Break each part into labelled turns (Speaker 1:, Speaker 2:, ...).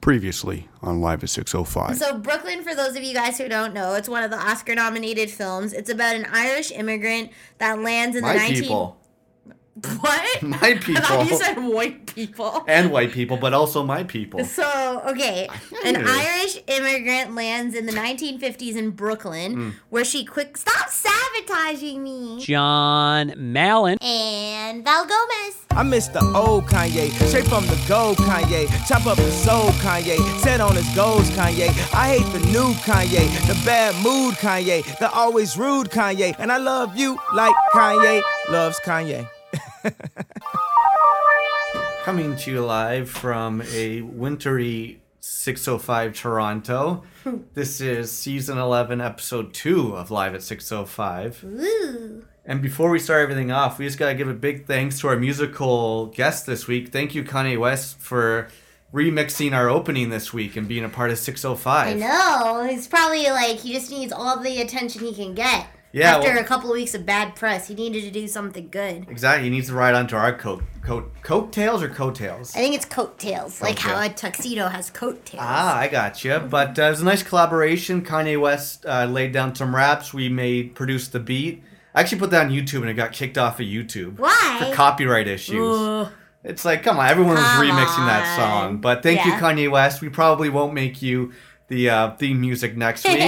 Speaker 1: previously on Live at 605.
Speaker 2: So, Brooklyn, for those of you guys who don't know, it's one of the Oscar nominated films. It's about an Irish immigrant that lands in
Speaker 3: My
Speaker 2: the 19.
Speaker 3: people.
Speaker 2: What?
Speaker 3: My
Speaker 2: I thought you
Speaker 3: people. Eh.
Speaker 2: said white people.
Speaker 3: And white people, but also my people.
Speaker 2: So, okay, an
Speaker 3: Ew.
Speaker 2: Irish immigrant lands in the 1950s in Brooklyn,
Speaker 3: Mm.
Speaker 2: where she quick. Stop sabotaging me!
Speaker 4: John Mallon.
Speaker 2: And Val Gomez.
Speaker 5: I miss the old Kanye, straight from the gold Kanye, chop up his soul Kanye, set on his goals Kanye. I hate the new Kanye, the bad mood Kanye, the always rude Kanye, and I love you like Kanye loves Kanye.
Speaker 3: Coming to you live from a wintry 605 Toronto.
Speaker 2: Hmm.
Speaker 3: This is season 11, episode 2 of Live at 605.
Speaker 2: Ooh.
Speaker 3: And before we start everything off, we just got to give a big thanks to our musical guest this week. Thank you, Kanye West, for remixing our opening this week and being a part of 605.
Speaker 2: I know. He's probably like, he just needs all the attention he can get.
Speaker 3: Yeah,
Speaker 2: After
Speaker 3: well-
Speaker 2: a couple of weeks of bad press, he needed to do something good.
Speaker 3: Exactly. He needs to ride onto our coat, coat, coattails or coattails.
Speaker 2: I think it's coattails, like how a
Speaker 3: Coattail.
Speaker 2: tuxedo has coattails.
Speaker 3: Ah, I got you. But uh, it was a nice collaboration. Kanye West uh, laid down some raps. We made produced the beat. I actually put that on YouTube and it got kicked off of YouTube
Speaker 2: Why?
Speaker 3: for copyright issues.
Speaker 2: Oh.
Speaker 3: It's like, come on, everyone was
Speaker 2: Come
Speaker 3: remixing
Speaker 2: on.
Speaker 3: that song. But thank you,
Speaker 2: Yeah.
Speaker 3: Kanye West. We probably won't make you the uh, theme music next week.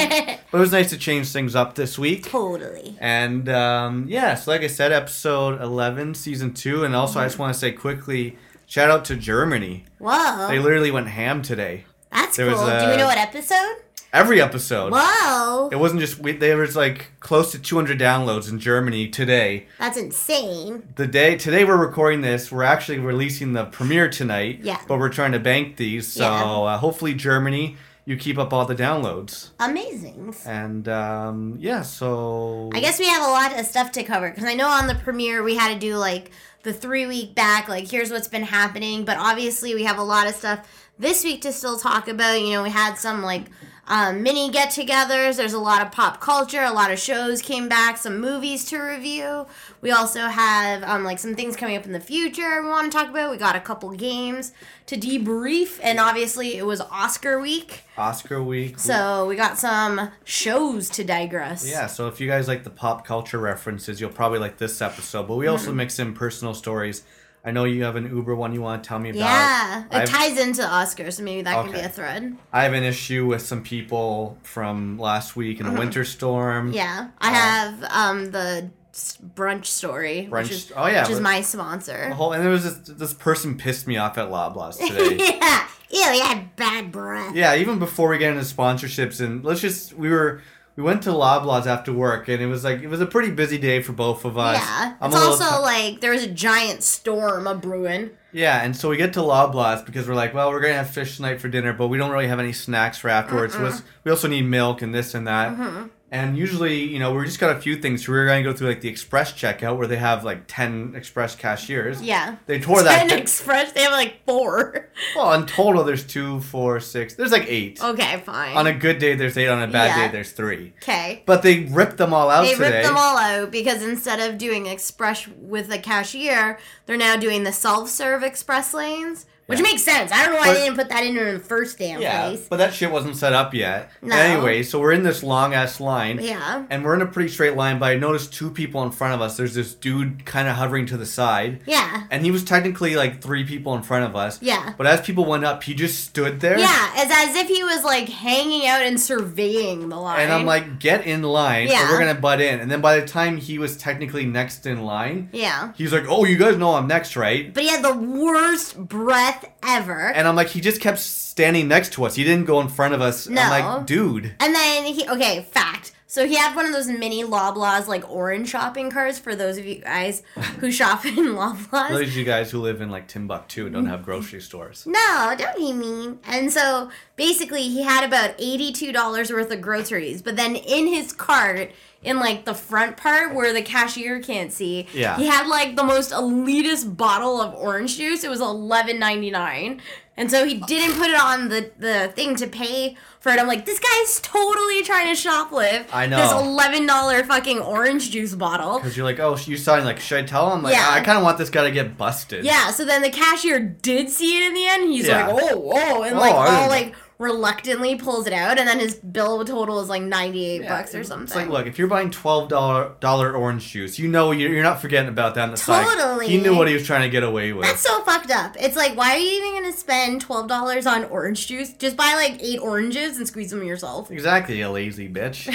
Speaker 3: but it was nice to change things up this week.
Speaker 2: Totally.
Speaker 3: And um, yeah, so like I said, episode 11, season two. And also, I just want to say quickly shout out to Germany.
Speaker 2: Whoa.
Speaker 3: They literally went ham today.
Speaker 2: That's
Speaker 3: there
Speaker 2: cool.
Speaker 3: was
Speaker 2: Do we
Speaker 3: a-
Speaker 2: know what episode?
Speaker 3: Every episode.
Speaker 2: Whoa.
Speaker 3: It wasn't just, we, there was like close to 200 downloads in Germany today.
Speaker 2: That's insane.
Speaker 3: The day, today we're recording this, we're actually releasing the premiere tonight.
Speaker 2: Yeah.
Speaker 3: But we're trying to bank these. So
Speaker 2: Yeah.
Speaker 3: uh, hopefully, Germany, you keep up all the downloads.
Speaker 2: Amazing.
Speaker 3: And um, yeah, so.
Speaker 2: I guess we have a lot of stuff to cover because I know on the premiere we had to do like the three week back, like here's what's been happening. But obviously, we have a lot of stuff this week to still talk about. You know, we had some like um, mini get togethers, there's a lot of pop culture, a lot of shows came back, some movies to review. We also have um, like some things coming up in the future we want to talk about. We got a couple games to debrief, and obviously, it was Oscar week.
Speaker 3: Oscar week.
Speaker 2: So we got some shows to digress.
Speaker 3: Yeah, so if you guys like the pop culture references, you'll probably like this episode. But we also
Speaker 2: Hmm.
Speaker 3: mix in personal stories. I know you have an Uber one you want to tell me about.
Speaker 2: Yeah, it
Speaker 3: I've-
Speaker 2: ties into Oscars, so maybe that can be
Speaker 3: Okay.
Speaker 2: a thread.
Speaker 3: I have an issue with some people from last week in a winter storm.
Speaker 2: Uh-huh. Yeah, I
Speaker 3: Uh-huh.
Speaker 2: have um the s- brunch story,
Speaker 3: Brunch-
Speaker 2: which is
Speaker 3: oh, yeah,
Speaker 2: which is
Speaker 3: but-
Speaker 2: my
Speaker 3: The
Speaker 2: sponsor.
Speaker 3: whole, and there was this, this person pissed me off at Loblaws today.
Speaker 2: yeah, ew, you had bad breath.
Speaker 3: yeah, even before we get into sponsorships, and let's just we were we went to Loblaws after work, and it was like it was a pretty busy day for both of us.
Speaker 2: Yeah,
Speaker 3: I'm
Speaker 2: it's
Speaker 3: a little
Speaker 2: also
Speaker 3: ti-
Speaker 2: like there was a giant storm a brewing.
Speaker 3: Yeah, and so we get to Loblaws because we're like, well, we're gonna have fish tonight for dinner, but we don't really have any snacks for afterwards. Let's- We also need milk and this and that.
Speaker 2: Mm-hmm.
Speaker 3: And usually, you know, we just got a few things. So we were gonna go through like the express checkout where they have like ten express cashiers.
Speaker 2: Yeah.
Speaker 3: They tore
Speaker 2: Ten
Speaker 3: that.
Speaker 2: Express, they have like four.
Speaker 3: well, in total, there's two, four, six. There's like eight.
Speaker 2: Okay, fine.
Speaker 3: On a good day, there's eight. On a bad
Speaker 2: Yeah.
Speaker 3: day, there's three.
Speaker 2: okay.
Speaker 3: But they ripped them all out
Speaker 2: They
Speaker 3: today.
Speaker 2: ripped them all out because instead of doing express with a cashier, they're now doing the self-serve express lanes, which
Speaker 3: Yeah.
Speaker 2: makes sense. I don't know why
Speaker 3: But-
Speaker 2: they didn't put that in there in the first damn
Speaker 3: Yeah,
Speaker 2: place.
Speaker 3: but that shit wasn't set up yet.
Speaker 2: No.
Speaker 3: Anyway, so we're in this long ass line.
Speaker 2: Yeah.
Speaker 3: And we're in a pretty straight line, but I noticed two people in front of us. There's this dude kind of hovering to the side.
Speaker 2: Yeah.
Speaker 3: And he was technically like three people in front of us.
Speaker 2: Yeah.
Speaker 3: But as people went up, he just stood there.
Speaker 2: Yeah, it's as if he was like hanging out and surveying the line.
Speaker 3: And I'm like, get in line, or
Speaker 2: Yeah.
Speaker 3: we're gonna butt in. And then by the time he was technically next in line,
Speaker 2: yeah.
Speaker 3: he's like, oh, you guys know I'm next, right?
Speaker 2: But he had the worst breath ever. And,
Speaker 3: And I'm like, he just kept standing next to us. He didn't go in front of us.
Speaker 2: No.
Speaker 3: I'm like, dude.
Speaker 2: then he, okay, fact. So he had one of those mini Loblaws, like orange shopping carts for those of you guys who shop in Loblaws.
Speaker 3: Those of you guys who live in like Timbuktu and don't
Speaker 2: Mm-hmm.
Speaker 3: have grocery stores.
Speaker 2: No, don't be mean. And so basically, he had about $82 worth of groceries, but then in his cart, in like the front part where the cashier can't see,
Speaker 3: Yeah.
Speaker 2: he had like the most elitist bottle of orange juice. It was $11.99. And so he didn't put it on the, the thing to pay for it. I'm like, this guy's totally trying to shoplift.
Speaker 3: I know.
Speaker 2: This eleven dollar fucking orange juice bottle.
Speaker 3: Because you're like, oh, you signed. Like, should I tell him? Like,
Speaker 2: Yeah.
Speaker 3: I kind of want this guy to get busted.
Speaker 2: Yeah, so then the cashier did see it in the end. He's
Speaker 3: Yeah.
Speaker 2: like, oh, oh, and like
Speaker 3: Oh, I
Speaker 2: all
Speaker 3: didn't-
Speaker 2: like reluctantly pulls it out, and then his bill total is like ninety eight
Speaker 3: Yeah,
Speaker 2: bucks or something.
Speaker 3: It's like, look, if you're buying twelve dollar dollar orange juice, you know you're, you're not forgetting about that. On the
Speaker 2: Totally.
Speaker 3: Side. He knew what he was trying to get away with.
Speaker 2: That's so fucked up. It's like, why are you even gonna spend twelve dollars on orange juice? Just buy like eight oranges and squeeze them yourself.
Speaker 3: exactly, you lazy bitch.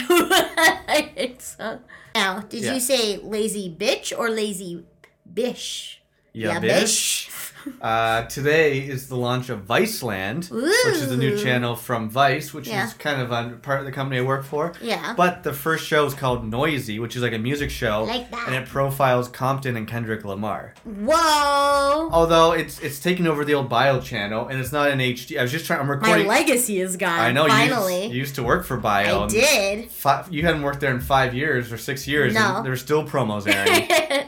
Speaker 2: It's so- now, did
Speaker 3: Yeah.
Speaker 2: you say lazy bitch or lazy bish?
Speaker 3: yeah,
Speaker 2: Yeah,
Speaker 3: bitch. uh, today is the launch of Viceland, which is a new
Speaker 2: Ooh.
Speaker 3: channel from Vice, which
Speaker 2: Yeah.
Speaker 3: is kind of a part of the company I work for.
Speaker 2: Yeah.
Speaker 3: But the first show is called Noisy, which is like a music show,
Speaker 2: Like that.
Speaker 3: and it profiles Compton and Kendrick Lamar.
Speaker 2: Whoa.
Speaker 3: Although it's it's taking over the old Bio channel, and it's not in HD. I was just trying. I'm
Speaker 2: My
Speaker 3: recording.
Speaker 2: legacy is gone.
Speaker 3: I know you used-
Speaker 2: Finally,
Speaker 3: you used to work for Bio.
Speaker 2: I
Speaker 3: and
Speaker 2: did.
Speaker 3: Five, you hadn't worked there in five years or six years.
Speaker 2: No.
Speaker 3: and There's still promos airing.
Speaker 2: Oh,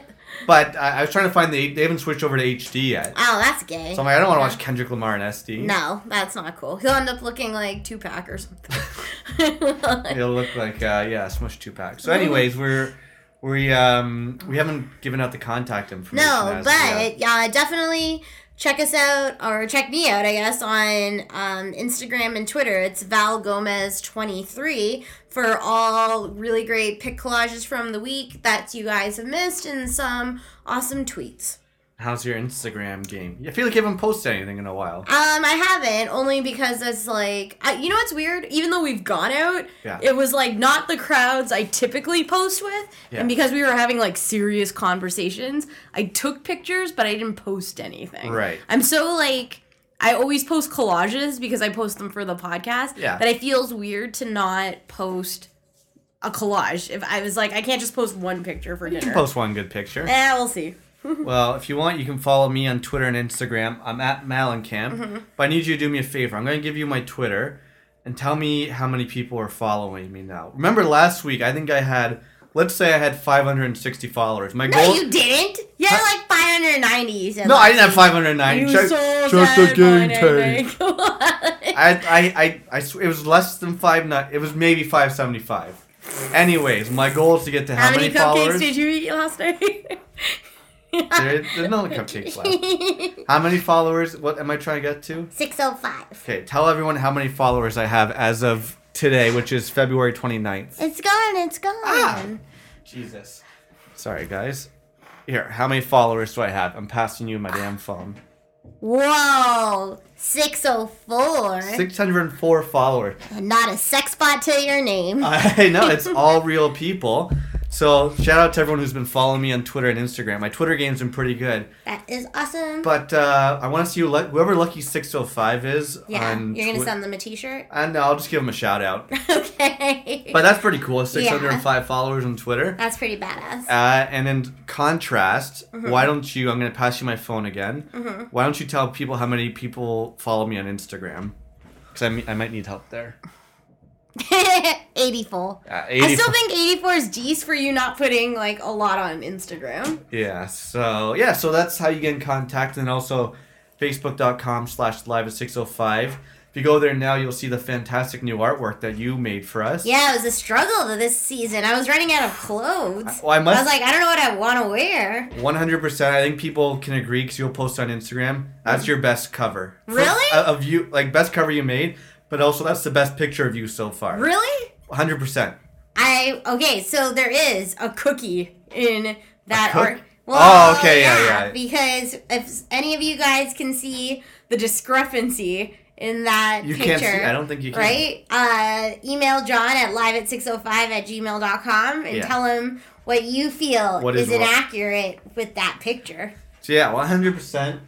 Speaker 3: but I, I was trying to find the. They haven't switched over to HD yet.
Speaker 2: Oh, that's gay.
Speaker 3: So I'm like, I don't want to watch Kendrick Lamar in SD.
Speaker 2: no, that's not cool. He'll end up looking like Tupac or something.
Speaker 3: It'll look like uh, yeah, smush two packs. So, anyways, we're we um we haven't given out the contact information.
Speaker 2: No,
Speaker 3: as of yet.
Speaker 2: but yeah, definitely check us out or check me out, I guess, on um, Instagram and Twitter. It's Val Gomez twenty three for all really great pic collages from the week that you guys have missed and some awesome tweets.
Speaker 3: how's your Instagram game? I feel like you haven't posted anything in a while.
Speaker 2: Um, I haven't only because it's like I, you know what's weird. Even though we've gone out,
Speaker 3: Yeah.
Speaker 2: it was like not the crowds I typically post with,
Speaker 3: Yeah.
Speaker 2: and because we were having like serious conversations, I took pictures, but I didn't post anything.
Speaker 3: Right.
Speaker 2: I'm so like I always post collages because I post them for the podcast.
Speaker 3: Yeah.
Speaker 2: That it feels weird to not post a collage. If I was like, I can't just post one picture for dinner.
Speaker 3: Post one good picture.
Speaker 2: Eh, we'll see.
Speaker 3: Well, if you want, you can follow me on Twitter and Instagram. I'm at Malencamp.
Speaker 2: Mm-hmm.
Speaker 3: But I need you to do me a favor. I'm going to give you my Twitter and tell me how many people are following me now. Remember last week, I think I had, let's say I had 560 followers. My
Speaker 2: No,
Speaker 3: goal.
Speaker 2: you didn't. You had like 590. You said
Speaker 3: no,
Speaker 2: last
Speaker 3: I didn't have
Speaker 2: week.
Speaker 3: 509.
Speaker 2: You
Speaker 3: Check-
Speaker 2: sold
Speaker 1: check the
Speaker 2: that
Speaker 1: game
Speaker 2: Monday
Speaker 1: tape.
Speaker 2: night.
Speaker 3: I, I, I, I sw- it was less than five. Not, it was maybe 575. Anyways, my goal is to get to
Speaker 2: How
Speaker 3: how,
Speaker 2: many cupcakes
Speaker 3: followers?
Speaker 2: did you eat last night?
Speaker 3: There- there's no cupcakes left. How many followers? What am I trying to get to?
Speaker 2: 605.
Speaker 3: Okay, tell everyone how many followers I have as of today, which is February 29th.
Speaker 2: It's gone, it's gone.
Speaker 3: Jesus. Sorry, guys. Here, how many followers do I have? I'm passing you my damn phone.
Speaker 2: Whoa, 604.
Speaker 3: 604 followers.
Speaker 2: Not a sex spot to your name.
Speaker 3: I know, it's all real people. So, shout out to everyone who's been following me on Twitter and Instagram. My Twitter game's been pretty good.
Speaker 2: that is awesome.
Speaker 3: But uh, I want to see who lu- whoever Lucky 605 is.
Speaker 2: yeah,
Speaker 3: on
Speaker 2: you're going to
Speaker 3: Twi-
Speaker 2: send them a t shirt?
Speaker 3: And I'll just give him a shout out.
Speaker 2: okay.
Speaker 3: But that's pretty cool. 605 followers on Twitter.
Speaker 2: That's pretty badass.
Speaker 3: Uh, and in contrast,
Speaker 2: Mm-hmm.
Speaker 3: why don't you? I'm going to pass you my phone again. Why don't you tell people how many people follow me on Instagram? Because I, m- I might need help there.
Speaker 2: 84.
Speaker 3: Uh,
Speaker 2: I
Speaker 3: 80
Speaker 2: still think 84 is G's for you not putting like a lot on Instagram.
Speaker 3: yeah. So yeah. So that's how you get in contact, and also Facebook.com/slash Live at 605. If you go there now, you'll see the fantastic new artwork that you made for us.
Speaker 2: Yeah, it was a struggle this season. I was running out of clothes.
Speaker 3: Well, I must-
Speaker 2: was like, I don't know what I want to wear.
Speaker 3: 100%. I think people can agree because you'll post on Instagram. That's your best cover. For-
Speaker 2: Mm. Really?
Speaker 3: uh, of you, like best cover you made, but also that's the best picture of you so far.
Speaker 2: Really?
Speaker 3: 100%.
Speaker 2: I okay. So there is a cookie in that
Speaker 3: cook-
Speaker 2: art. Well,
Speaker 3: Oh, okay, yeah, yeah.
Speaker 2: Because if any of you guys can see the discrepancy in that
Speaker 3: You
Speaker 2: picture,
Speaker 3: can't see- I don't think you can.
Speaker 2: Right? Uh, email John at live at six hundred five at gmail.com and
Speaker 3: Yeah.
Speaker 2: tell him what you feel
Speaker 3: What
Speaker 2: is
Speaker 3: is what?
Speaker 2: inaccurate with that picture.
Speaker 3: So yeah, one hundred percent.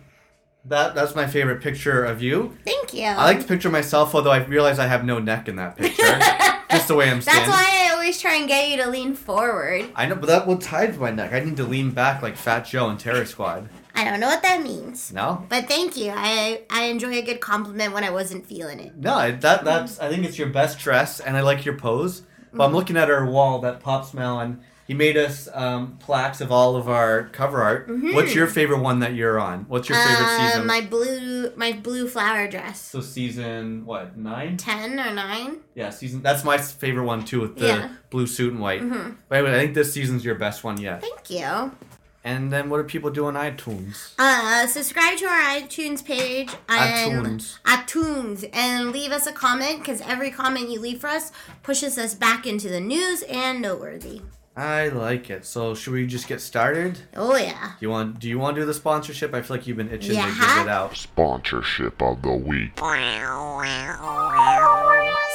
Speaker 3: That that's my favorite picture of you.
Speaker 2: Thank you.
Speaker 3: I like to picture myself, although I realize I have no neck in that picture. just the way I'm
Speaker 2: That's
Speaker 3: standing.
Speaker 2: why I always try and get you to lean forward.
Speaker 3: I know, but that will tie to my neck. I need to lean back like Fat Joe in Terror Squad.
Speaker 2: I don't know what that means.
Speaker 3: No,
Speaker 2: But thank you. I I enjoy a good compliment when I wasn't feeling it.
Speaker 3: no, I- that
Speaker 2: Mm-hmm.
Speaker 3: that's. I think it's your best dress, and I like your pose. But I'm looking at her wall that pops Malin He made us um, plaques of all of our cover art. What's your favorite one that you're on? What's your favorite
Speaker 2: Mm-hmm. Uh,
Speaker 3: season?
Speaker 2: my blue my blue flower dress.
Speaker 3: so season what nine?
Speaker 2: Ten or nine?
Speaker 3: Yeah, season. That's my favorite one too, with the
Speaker 2: Yeah. Mm-hmm.
Speaker 3: blue suit and white. But anyway, I think this season's your best one yet.
Speaker 2: Thank you.
Speaker 3: And then what do people do on iTunes?
Speaker 2: Uh, subscribe to our iTunes page and
Speaker 3: iTunes.
Speaker 2: iTunes and leave us a comment because every comment you leave for us pushes us back into the news and noteworthy.
Speaker 3: I like it. So should we just get started? Do
Speaker 2: Oh yeah,
Speaker 3: you want? Do you want to do the sponsorship? I feel like you've been itching to
Speaker 2: Yeah.
Speaker 3: get it out.
Speaker 6: sponsorship of the week.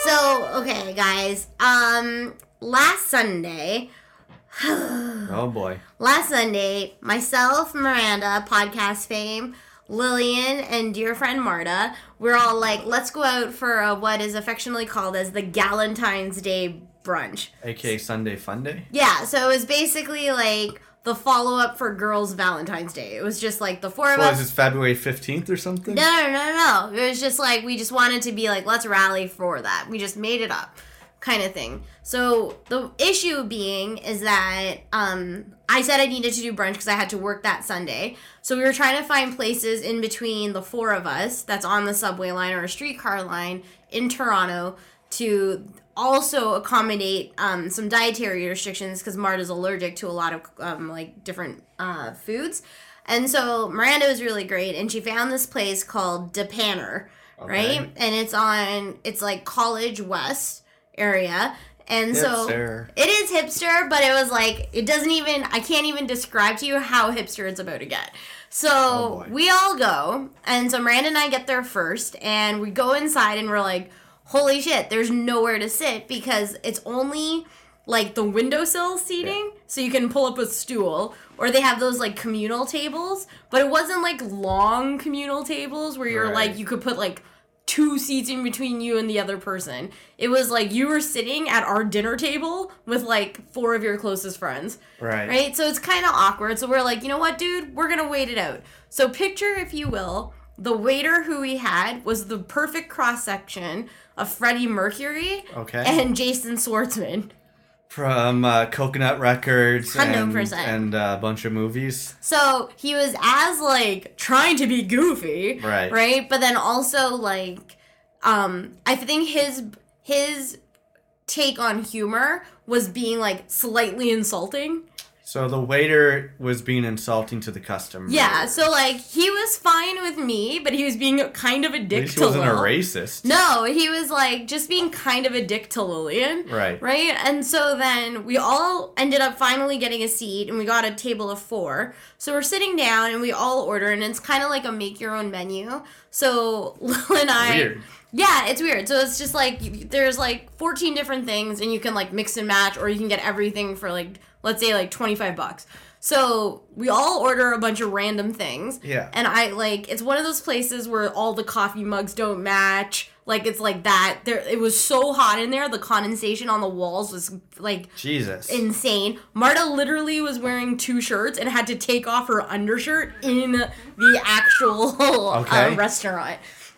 Speaker 2: So, okay, guys. Um, last Sunday,
Speaker 3: Oh boy.
Speaker 2: last Sunday, myself, Miranda, podcast fame, Lillian, and dear friend Marta, we're all like, let's go out for a, what is affectionately called as the Galentine's Day brunch.
Speaker 3: AKA Sunday Fun Day.
Speaker 2: Yeah, so it was basically like the follow up for girls' Valentine's Day. It was just like the four of
Speaker 3: What
Speaker 2: us.
Speaker 3: is this February fifteenth or something?
Speaker 2: No, no, no, no, no. It was just like we just wanted to be like, let's rally for that. We just made it up, kind of thing. So the issue being is that um, I said I needed to do brunch because I had to work that Sunday. So we were trying to find places in between the four of us that's on the subway line or a streetcar line in Toronto to also accommodate um, some dietary restrictions because Marta's allergic to a lot of um, like different uh, foods. And so Miranda was really great, and she found this place called Depaner, right? And it's on, it's like College West area, and so
Speaker 3: Hipster.
Speaker 2: it is hipster, but it was like it doesn't even, I can't even describe to you how hipster it's about to get. So
Speaker 3: Oh, boy.
Speaker 2: we all go, and so Miranda and I get there first, and we go inside, and we're like, holy shit, there's nowhere to sit because it's only like the windowsill seating, so you can pull up a stool, or they have those like communal tables, but it wasn't like long communal tables where you're
Speaker 3: Right.
Speaker 2: like, you could put like two seats in between you and the other person. It was like you were sitting at our dinner table with like four of your closest friends.
Speaker 3: Right.
Speaker 2: Right? So it's kind of awkward. So we're like, you know what, dude? We're going to wait it out. So picture, if you will, the waiter who we had was the perfect cross section of Freddie Mercury
Speaker 3: Okay.
Speaker 2: and Jason Schwartzman.
Speaker 3: From uh, Coconut Records and,
Speaker 2: 100%.
Speaker 3: and uh, a bunch of movies.
Speaker 2: So he was as like trying to be goofy,
Speaker 3: Right.
Speaker 2: Right, but then also like, um, I think his his take on humor was being like slightly insulting.
Speaker 3: So the waiter was being insulting to the customer.
Speaker 2: Yeah, so like he was fine with me, but he was being kind of a
Speaker 3: At
Speaker 2: dick
Speaker 3: least he
Speaker 2: to
Speaker 3: wasn't a
Speaker 2: Lil.
Speaker 3: racist.
Speaker 2: No, he was like just being kind of a dick to Lillian.
Speaker 3: Right.
Speaker 2: Right? And so then we all ended up finally getting a seat and we got a table of four. So we're sitting down and we all order and it's kind of like a make your own menu. So Lil and I.
Speaker 3: Weird.
Speaker 2: Yeah, it's weird. So it's just like you- there's like 14 different things and you can like mix and match or you can get everything for like let's say like 25 bucks. So we all order a bunch of random things.
Speaker 3: Yeah.
Speaker 2: And I like it's one of those places where all the coffee mugs don't match. Like it's like that. There it was so hot in there, the condensation on the walls was like
Speaker 3: Jesus.
Speaker 2: insane. Marta literally was wearing two shirts and had to take off her undershirt in the actual
Speaker 3: Okay.
Speaker 2: uh, restaurant.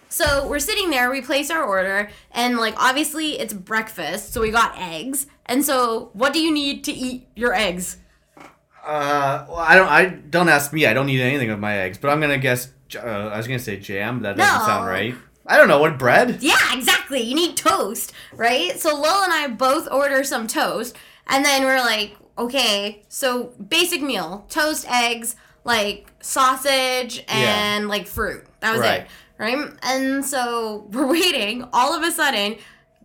Speaker 2: So we're sitting there, we place our order, and like obviously it's breakfast, so we got eggs. And so, what do you need to eat your eggs?
Speaker 3: Uh, well, I don't. I don't ask me. I don't eat anything with my eggs. But I'm gonna guess. j- Uh, I was gonna say jam. but That doesn't
Speaker 2: No.
Speaker 3: sound right. I don't know what bread.
Speaker 2: Yeah, exactly. You need toast, right? So Lil and I both order some toast, and then we're like, okay, so basic meal: toast, eggs, like sausage, and like fruit. That was
Speaker 3: Right.
Speaker 2: it, right? And so we're waiting. All of a sudden,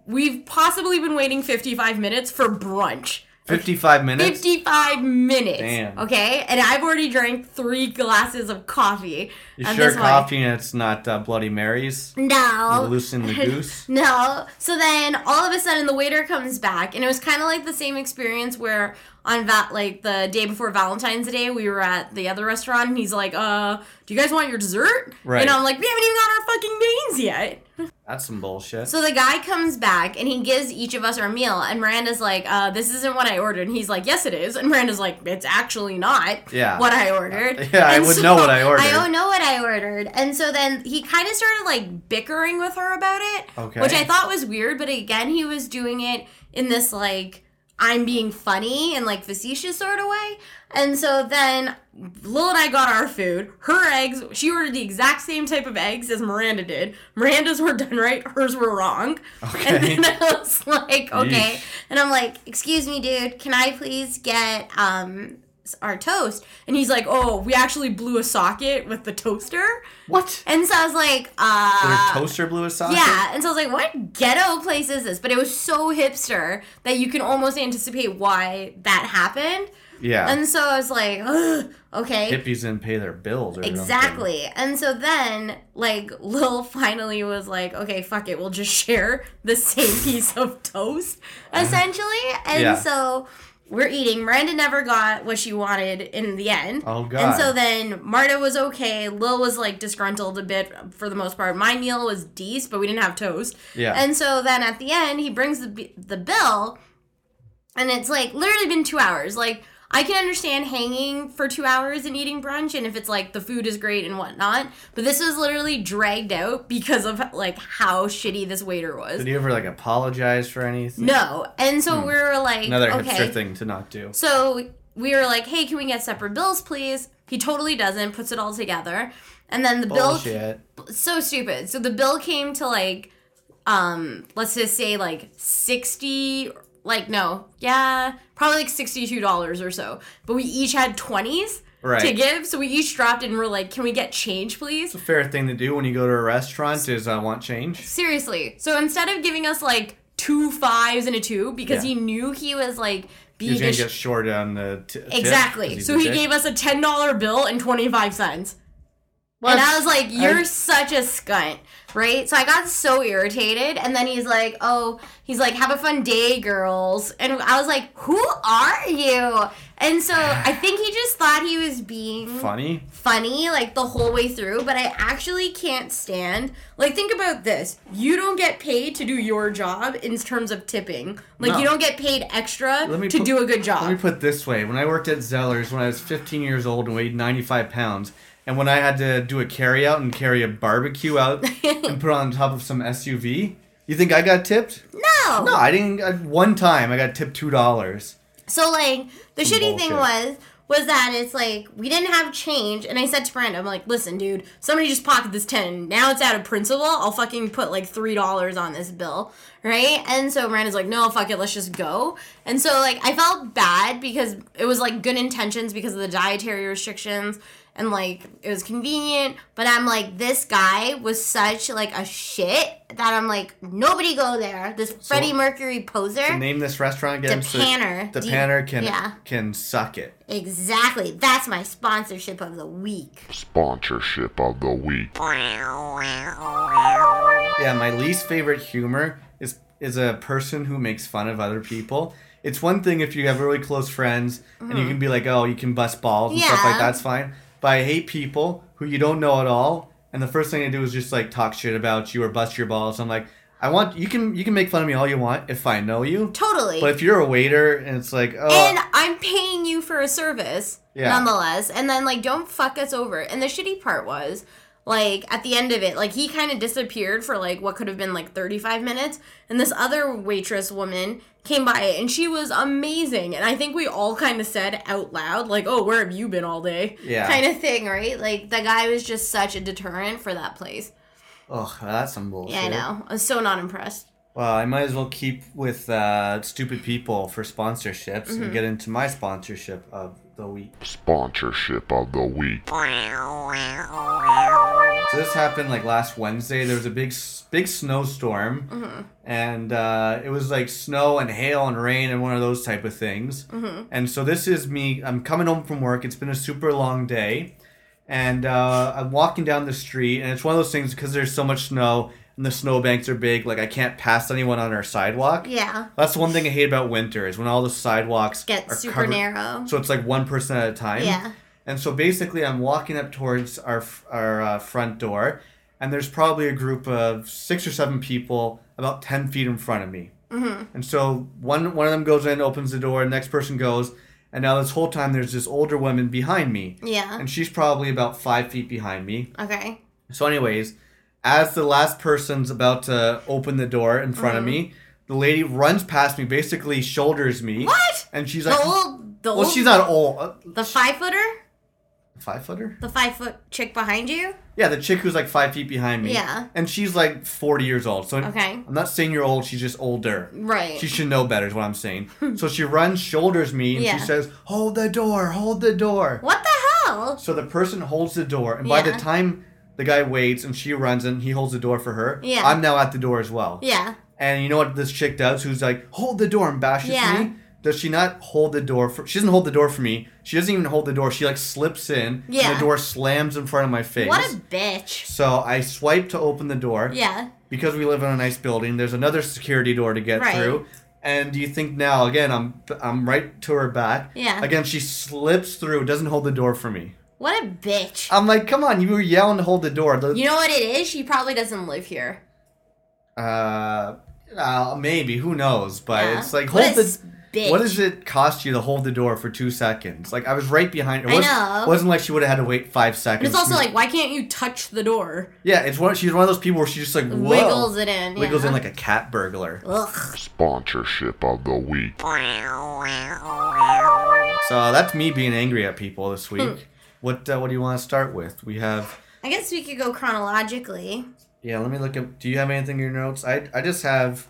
Speaker 2: we've possibly been waiting 55 minutes for brunch.
Speaker 3: Fifty-five minutes.
Speaker 2: 55 minutes.
Speaker 3: Damn.
Speaker 2: Okay, and I've already drank three glasses of coffee.
Speaker 3: you
Speaker 2: at
Speaker 3: sure
Speaker 2: this point.
Speaker 3: coffee and it's not uh, Bloody Marys?
Speaker 2: No.
Speaker 3: Loosen the goose.
Speaker 2: No. So then all of a sudden the waiter comes back and it was kind of like the same experience where on that like the day before Valentine's Day we were at the other restaurant and he's like, "Uh, do you guys want your dessert?"
Speaker 3: Right.
Speaker 2: And I'm like, "We haven't even got our fucking beans yet."
Speaker 3: That's some bullshit.
Speaker 2: So the guy comes back and he gives each of us our meal and Miranda's like, "Uh, this isn't what I ordered." And he's like, "Yes it is." And Miranda's like, "It's actually not
Speaker 3: Yeah.
Speaker 2: what I ordered."
Speaker 3: Yeah, I
Speaker 2: And
Speaker 3: would know what I ordered.
Speaker 2: I don't know what I ordered. And so then he kind of started like bickering with her about it,
Speaker 3: Okay.
Speaker 2: which I thought was weird, but again, he was doing it in this like I'm being funny and like facetious sort of way. And so then Lil and I got our food. Her eggs, she ordered the exact same type of eggs as Miranda did. Miranda's were done right, hers were wrong. And
Speaker 3: Okay.
Speaker 2: then I was like, okay.
Speaker 3: Yeesh.
Speaker 2: And I'm like, excuse me, dude, can I please get um s- our toast? And he's like, oh, we actually blew a socket with the toaster.
Speaker 3: What?
Speaker 2: And so I was like, uh.
Speaker 3: Their toaster blew a socket?
Speaker 2: Yeah, and so I was like, what ghetto place is this? But it was so hipster that you can almost anticipate why that happened.
Speaker 3: Yeah.
Speaker 2: And so I was like, Ugh, okay.
Speaker 3: Hippies didn't pay their bills. Or something.
Speaker 2: Exactly. And so then, like, Lil finally was like, okay, fuck it, we'll just share the same piece of toast, essentially. And
Speaker 3: Uh-huh. Yeah.
Speaker 2: so we're eating. Miranda never got what she wanted in the end.
Speaker 3: Oh,
Speaker 2: And
Speaker 3: God.
Speaker 2: so then Marta was okay. Lil was, like, disgruntled a bit for the most part. My meal was decent, but we didn't have toast.
Speaker 3: Yeah.
Speaker 2: And so then at the end, he brings the, b- the bill, and it's like literally been two hours. Like I can understand hanging for two hours and eating brunch, and if it's like the food is great and whatnot, but this was literally dragged out because of like how shitty this waiter was.
Speaker 3: Did you ever like apologize for anything?
Speaker 2: No, and so we were like,
Speaker 3: Another
Speaker 2: okay.
Speaker 3: hipster thing to not do.
Speaker 2: So we were like, hey, can we get separate bills, please? He totally doesn't. Puts it all together, and then the bill
Speaker 3: Bullshit.
Speaker 2: so stupid. So the bill came to like, um, let's just say like sixty, like no, yeah, probably like sixty-two dollars or so. But we each had twenties to
Speaker 3: Right.
Speaker 2: give, so we each dropped it and we're like, "Can we get change, please?"
Speaker 3: Fair thing to do when you go to a restaurant is I want change.
Speaker 2: Seriously. So instead of giving us like two fives and a two, because he
Speaker 3: Yeah.
Speaker 2: knew he was like being
Speaker 3: He's
Speaker 2: a
Speaker 3: gonna
Speaker 2: sh-
Speaker 3: get short on the t- tip 'cause
Speaker 2: exactly.
Speaker 3: he's
Speaker 2: So
Speaker 3: a
Speaker 2: he
Speaker 3: dick.
Speaker 2: gave us a ten dollar bill and twenty five cents. And I was like, "You're such a scunt, right?" So I got so irritated, and then he's like, "Oh, he's like, have a fun day, girls," and I was like, "Who are you?" And so I think he just thought he was being
Speaker 3: funny.
Speaker 2: funny like the whole way through, but I actually can't stand. Like, think about this: you don't get paid to do your job in terms of tipping. Like,
Speaker 3: No.
Speaker 2: you don't get paid extra
Speaker 3: Let me
Speaker 2: to
Speaker 3: put-
Speaker 2: do a good job.
Speaker 3: Let me put it this way: when I worked at Zellers, when I was 15 years old and weighed 95 pounds, and when I had to do a carryout and carry a barbecue out and put it on top of some SUV, you think I got tipped?
Speaker 2: no,
Speaker 3: No, I didn't. I, one time I got tipped two dollars.
Speaker 2: So like the shitty
Speaker 3: bullshit.
Speaker 2: thing was was that it's like we didn't have change and I said to Miranda, I'm like, listen, dude, somebody just pocketed this ten. Now it's out of principle. I'll fucking put like three dollars on this bill. Right? And so Miranda's like, no, fuck it, let's just go. And so like I felt bad because it was like good intentions because of the dietary restrictions and like it was convenient. But I'm like, this guy was such like a shit that I'm like, nobody go there. This Freddie Mercury poser.
Speaker 3: Name this restaurant again. so
Speaker 2: Depanner.
Speaker 3: The
Speaker 2: Do you-
Speaker 3: panner can
Speaker 2: yeah.
Speaker 3: can suck it.
Speaker 2: Exactly. That's my sponsorship of the week.
Speaker 6: Sponsorship of the week.
Speaker 3: Yeah, my least favorite humor is is a person who makes fun of other people. It's one thing if you have really close friends and you can be like, oh, you can bust balls and stuff like
Speaker 2: Mm. Yeah.
Speaker 3: that's fine. But I hate people who you don't know at all, and the first thing they do is just like talk shit about you or bust your balls. I'm like, I want you can you can make fun of me all you want if I know you.
Speaker 2: Totally.
Speaker 3: But if you're a waiter and it's like, oh,
Speaker 2: and I'm paying you for a service,
Speaker 3: Yeah.
Speaker 2: nonetheless. And then, like, don't fuck us over. And the shitty part was, like, at the end of it, like, he kind of disappeared for, like, what could have been, like, 35 minutes. And this other waitress woman came by and she was amazing. And I think we all kind of said out loud, like, oh, where have you been all day?
Speaker 3: Yeah.
Speaker 2: Kind of thing, right? Like, the guy was just such a deterrent for that place.
Speaker 3: oh, that's some bullshit.
Speaker 2: Yeah, I know. I was so not impressed.
Speaker 3: Well, I might as well keep with uh, stupid people for sponsorships and get into my sponsorship of the week.
Speaker 6: Sponsorship of the week.
Speaker 3: So this happened like last Wednesday. There was a big, s- big snowstorm, and uh, it was like snow and hail and rain and one of those type of things. And so this is me. I'm coming home from work. It's been a super long day, and uh, I'm walking down the street, and it's one of those things because there's so much snow and the snowbanks are big. Like I can't pass anyone on our sidewalk.
Speaker 2: Yeah.
Speaker 3: That's the one thing I hate about winter is when all the sidewalks
Speaker 2: Get
Speaker 3: are
Speaker 2: super
Speaker 3: covered-
Speaker 2: narrow.
Speaker 3: So it's like one person at a time.
Speaker 2: Yeah.
Speaker 3: And so basically, I'm walking up towards our f- our uh, front door, and there's probably a group of six or seven people about ten feet in front of me. Mm-hmm. And so one one of them goes in, opens the door, next person goes, and now this whole time there's this older woman behind me.
Speaker 2: Yeah.
Speaker 3: And she's probably about five feet behind me.
Speaker 2: Okay. Uh-huh.
Speaker 3: So, anyways, as the last person's about to open the door in front of me, The lady runs past me, basically shoulders me.
Speaker 2: What?
Speaker 3: And she's
Speaker 2: The
Speaker 3: like,
Speaker 2: old, the
Speaker 3: well,
Speaker 2: old,
Speaker 3: she's not old. Uh,
Speaker 2: the five footer,
Speaker 3: five footer?
Speaker 2: the five foot chick behind you.
Speaker 3: Yeah, the chick who's like five feet behind me.
Speaker 2: Yeah.
Speaker 3: And she's like 40 years old. So
Speaker 2: Okay.
Speaker 3: I'm not saying you're old, she's just older.
Speaker 2: Right.
Speaker 3: She should know better, is what I'm saying. so she runs, shoulders me, and
Speaker 2: Yeah.
Speaker 3: she says, Hold the door, hold the door.
Speaker 2: What the hell?
Speaker 3: So the person holds the door, and by
Speaker 2: Yeah.
Speaker 3: the time the guy waits and she runs and he holds the door for her,
Speaker 2: Yeah.
Speaker 3: I'm now at the door as well.
Speaker 2: Yeah.
Speaker 3: And you know what this chick does? Who's like, hold the door and bashes
Speaker 2: Yeah.
Speaker 3: me. Does she not hold the door for? She doesn't hold the door for me. She doesn't even hold the door. She like slips in.
Speaker 2: Yeah.
Speaker 3: And the door slams in front of my face.
Speaker 2: What a bitch.
Speaker 3: so I swipe to open the door.
Speaker 2: Yeah.
Speaker 3: Because we live in a nice building, there's another security door to get
Speaker 2: Right.
Speaker 3: through. And do you think now again? I'm I'm right to her back.
Speaker 2: Yeah.
Speaker 3: Again, she slips through. Doesn't hold the door for me.
Speaker 2: What a bitch.
Speaker 3: I'm like, come on, you were yelling to hold the door. The-
Speaker 2: You know what it is? She probably doesn't live here.
Speaker 3: uh, uh, maybe who knows? But
Speaker 2: Yeah.
Speaker 3: it's like
Speaker 2: What
Speaker 3: hold
Speaker 2: a
Speaker 3: the.
Speaker 2: s- bitch.
Speaker 3: What does it cost you to hold the door for two seconds? Like I was right behind. It
Speaker 2: I
Speaker 3: wasn't,
Speaker 2: know.
Speaker 3: wasn't like she would have had to wait five
Speaker 2: But
Speaker 3: seconds.
Speaker 2: it's also
Speaker 3: She was-
Speaker 2: like, why can't you touch the door?
Speaker 3: yeah, it's one. She's one of those people where she just like whoa,
Speaker 2: Wiggles it in.
Speaker 3: wiggles
Speaker 2: yeah.
Speaker 3: in like a cat burglar.
Speaker 2: Ugh.
Speaker 6: Sponsorship of the week.
Speaker 3: So that's me being angry at people this
Speaker 2: Hmm.
Speaker 3: week. what uh, What do you want to start with? We have.
Speaker 2: I guess we could go chronologically.
Speaker 3: Yeah, let me look up. Do you have anything in your notes? I I just have.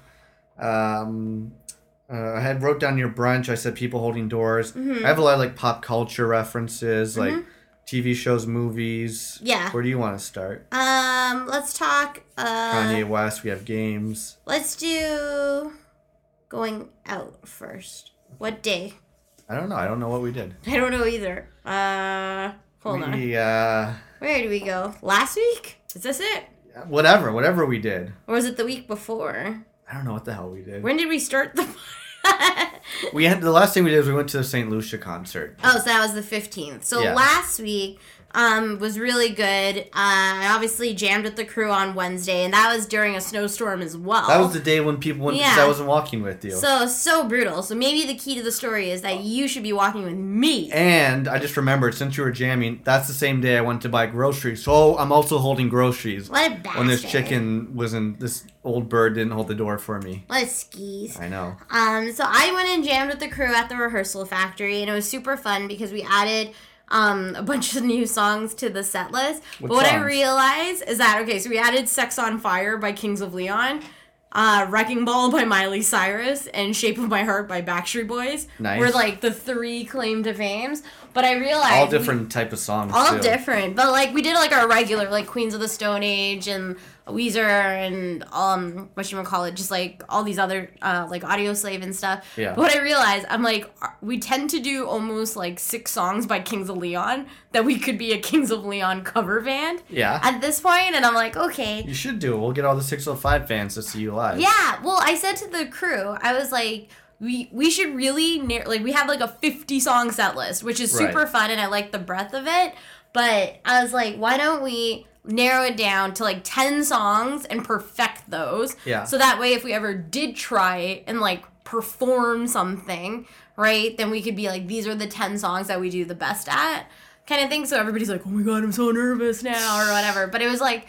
Speaker 3: Um, uh, I had wrote down your brunch. I said people holding doors.
Speaker 2: Mm-hmm.
Speaker 3: I have a lot of like pop culture references, like TV shows, movies.
Speaker 2: Yeah.
Speaker 3: Where do you want to start?
Speaker 2: Um, let's talk. Uh,
Speaker 3: Kanye West. We have games.
Speaker 2: Let's do going out first. What day?
Speaker 3: I don't know. I don't know what we did.
Speaker 2: I don't know either. Uh, hold on.
Speaker 3: We, uh,
Speaker 2: Where did we go? Last week? Is this it?
Speaker 3: whatever, whatever we did.
Speaker 2: Or was it the week before?
Speaker 3: I don't know what the hell we did.
Speaker 2: When did we start the?
Speaker 3: We had the last thing we did is we went to the St. Lucia concert.
Speaker 2: Oh, so that was the 15th. So
Speaker 3: Yeah.
Speaker 2: last week um, was really good. Uh, I obviously jammed with the crew on Wednesday, and that was during a snowstorm as well.
Speaker 3: That was the day when people went because
Speaker 2: Oh. Yeah.
Speaker 3: I wasn't walking with you.
Speaker 2: so, so brutal. So maybe the key to the story is that you should be walking with me.
Speaker 3: And I just remembered since you were jamming, that's the same day I went to buy groceries. So I'm also holding groceries.
Speaker 2: What a bastard.
Speaker 3: When this chicken was in, this old bird didn't hold the door for me.
Speaker 2: Let's skis.
Speaker 3: I know.
Speaker 2: Um, so I went and jammed with the crew at the rehearsal factory, and it was super fun because we added um, a bunch of new songs to the set list.
Speaker 3: What
Speaker 2: but what I
Speaker 3: songs?
Speaker 2: realized is that okay, so we added "Sex on Fire" by Kings of Leon, uh, "Wrecking Ball" by Miley Cyrus, and "Shape of My Heart" by Backstreet Boys.
Speaker 3: Nice.
Speaker 2: Were like the three claim to fames. But I realized
Speaker 3: All
Speaker 2: we-
Speaker 3: different type of songs.
Speaker 2: all
Speaker 3: too.
Speaker 2: different, but like we did like our regular, like Queens of the Stone Age and Weezer and um, what you call it, just like all these other uh, like Audio Slave and stuff.
Speaker 3: Yeah.
Speaker 2: But what I realized, I'm like, are- we tend to do almost like six songs by Kings of Leon that we could be a Kings of Leon cover band
Speaker 3: Yeah.
Speaker 2: at this point, and I'm like, okay,
Speaker 3: You should do. it. We'll get all the 605 fans to see you live.
Speaker 2: yeah, well, I said to the crew, I was like, we we should really nar- like we have like a 50 song set list, which is
Speaker 3: Right.
Speaker 2: super fun and I like the breadth of it, but I was like, why don't we narrow it down to like 10 songs and perfect those?
Speaker 3: Yeah.
Speaker 2: So that way if we ever did try it and like perform something, right? Then we could be like these are the 10 songs that we do the best at. Kind of thing. So everybody's like, "Oh my god, I'm so nervous now," or whatever. But it was like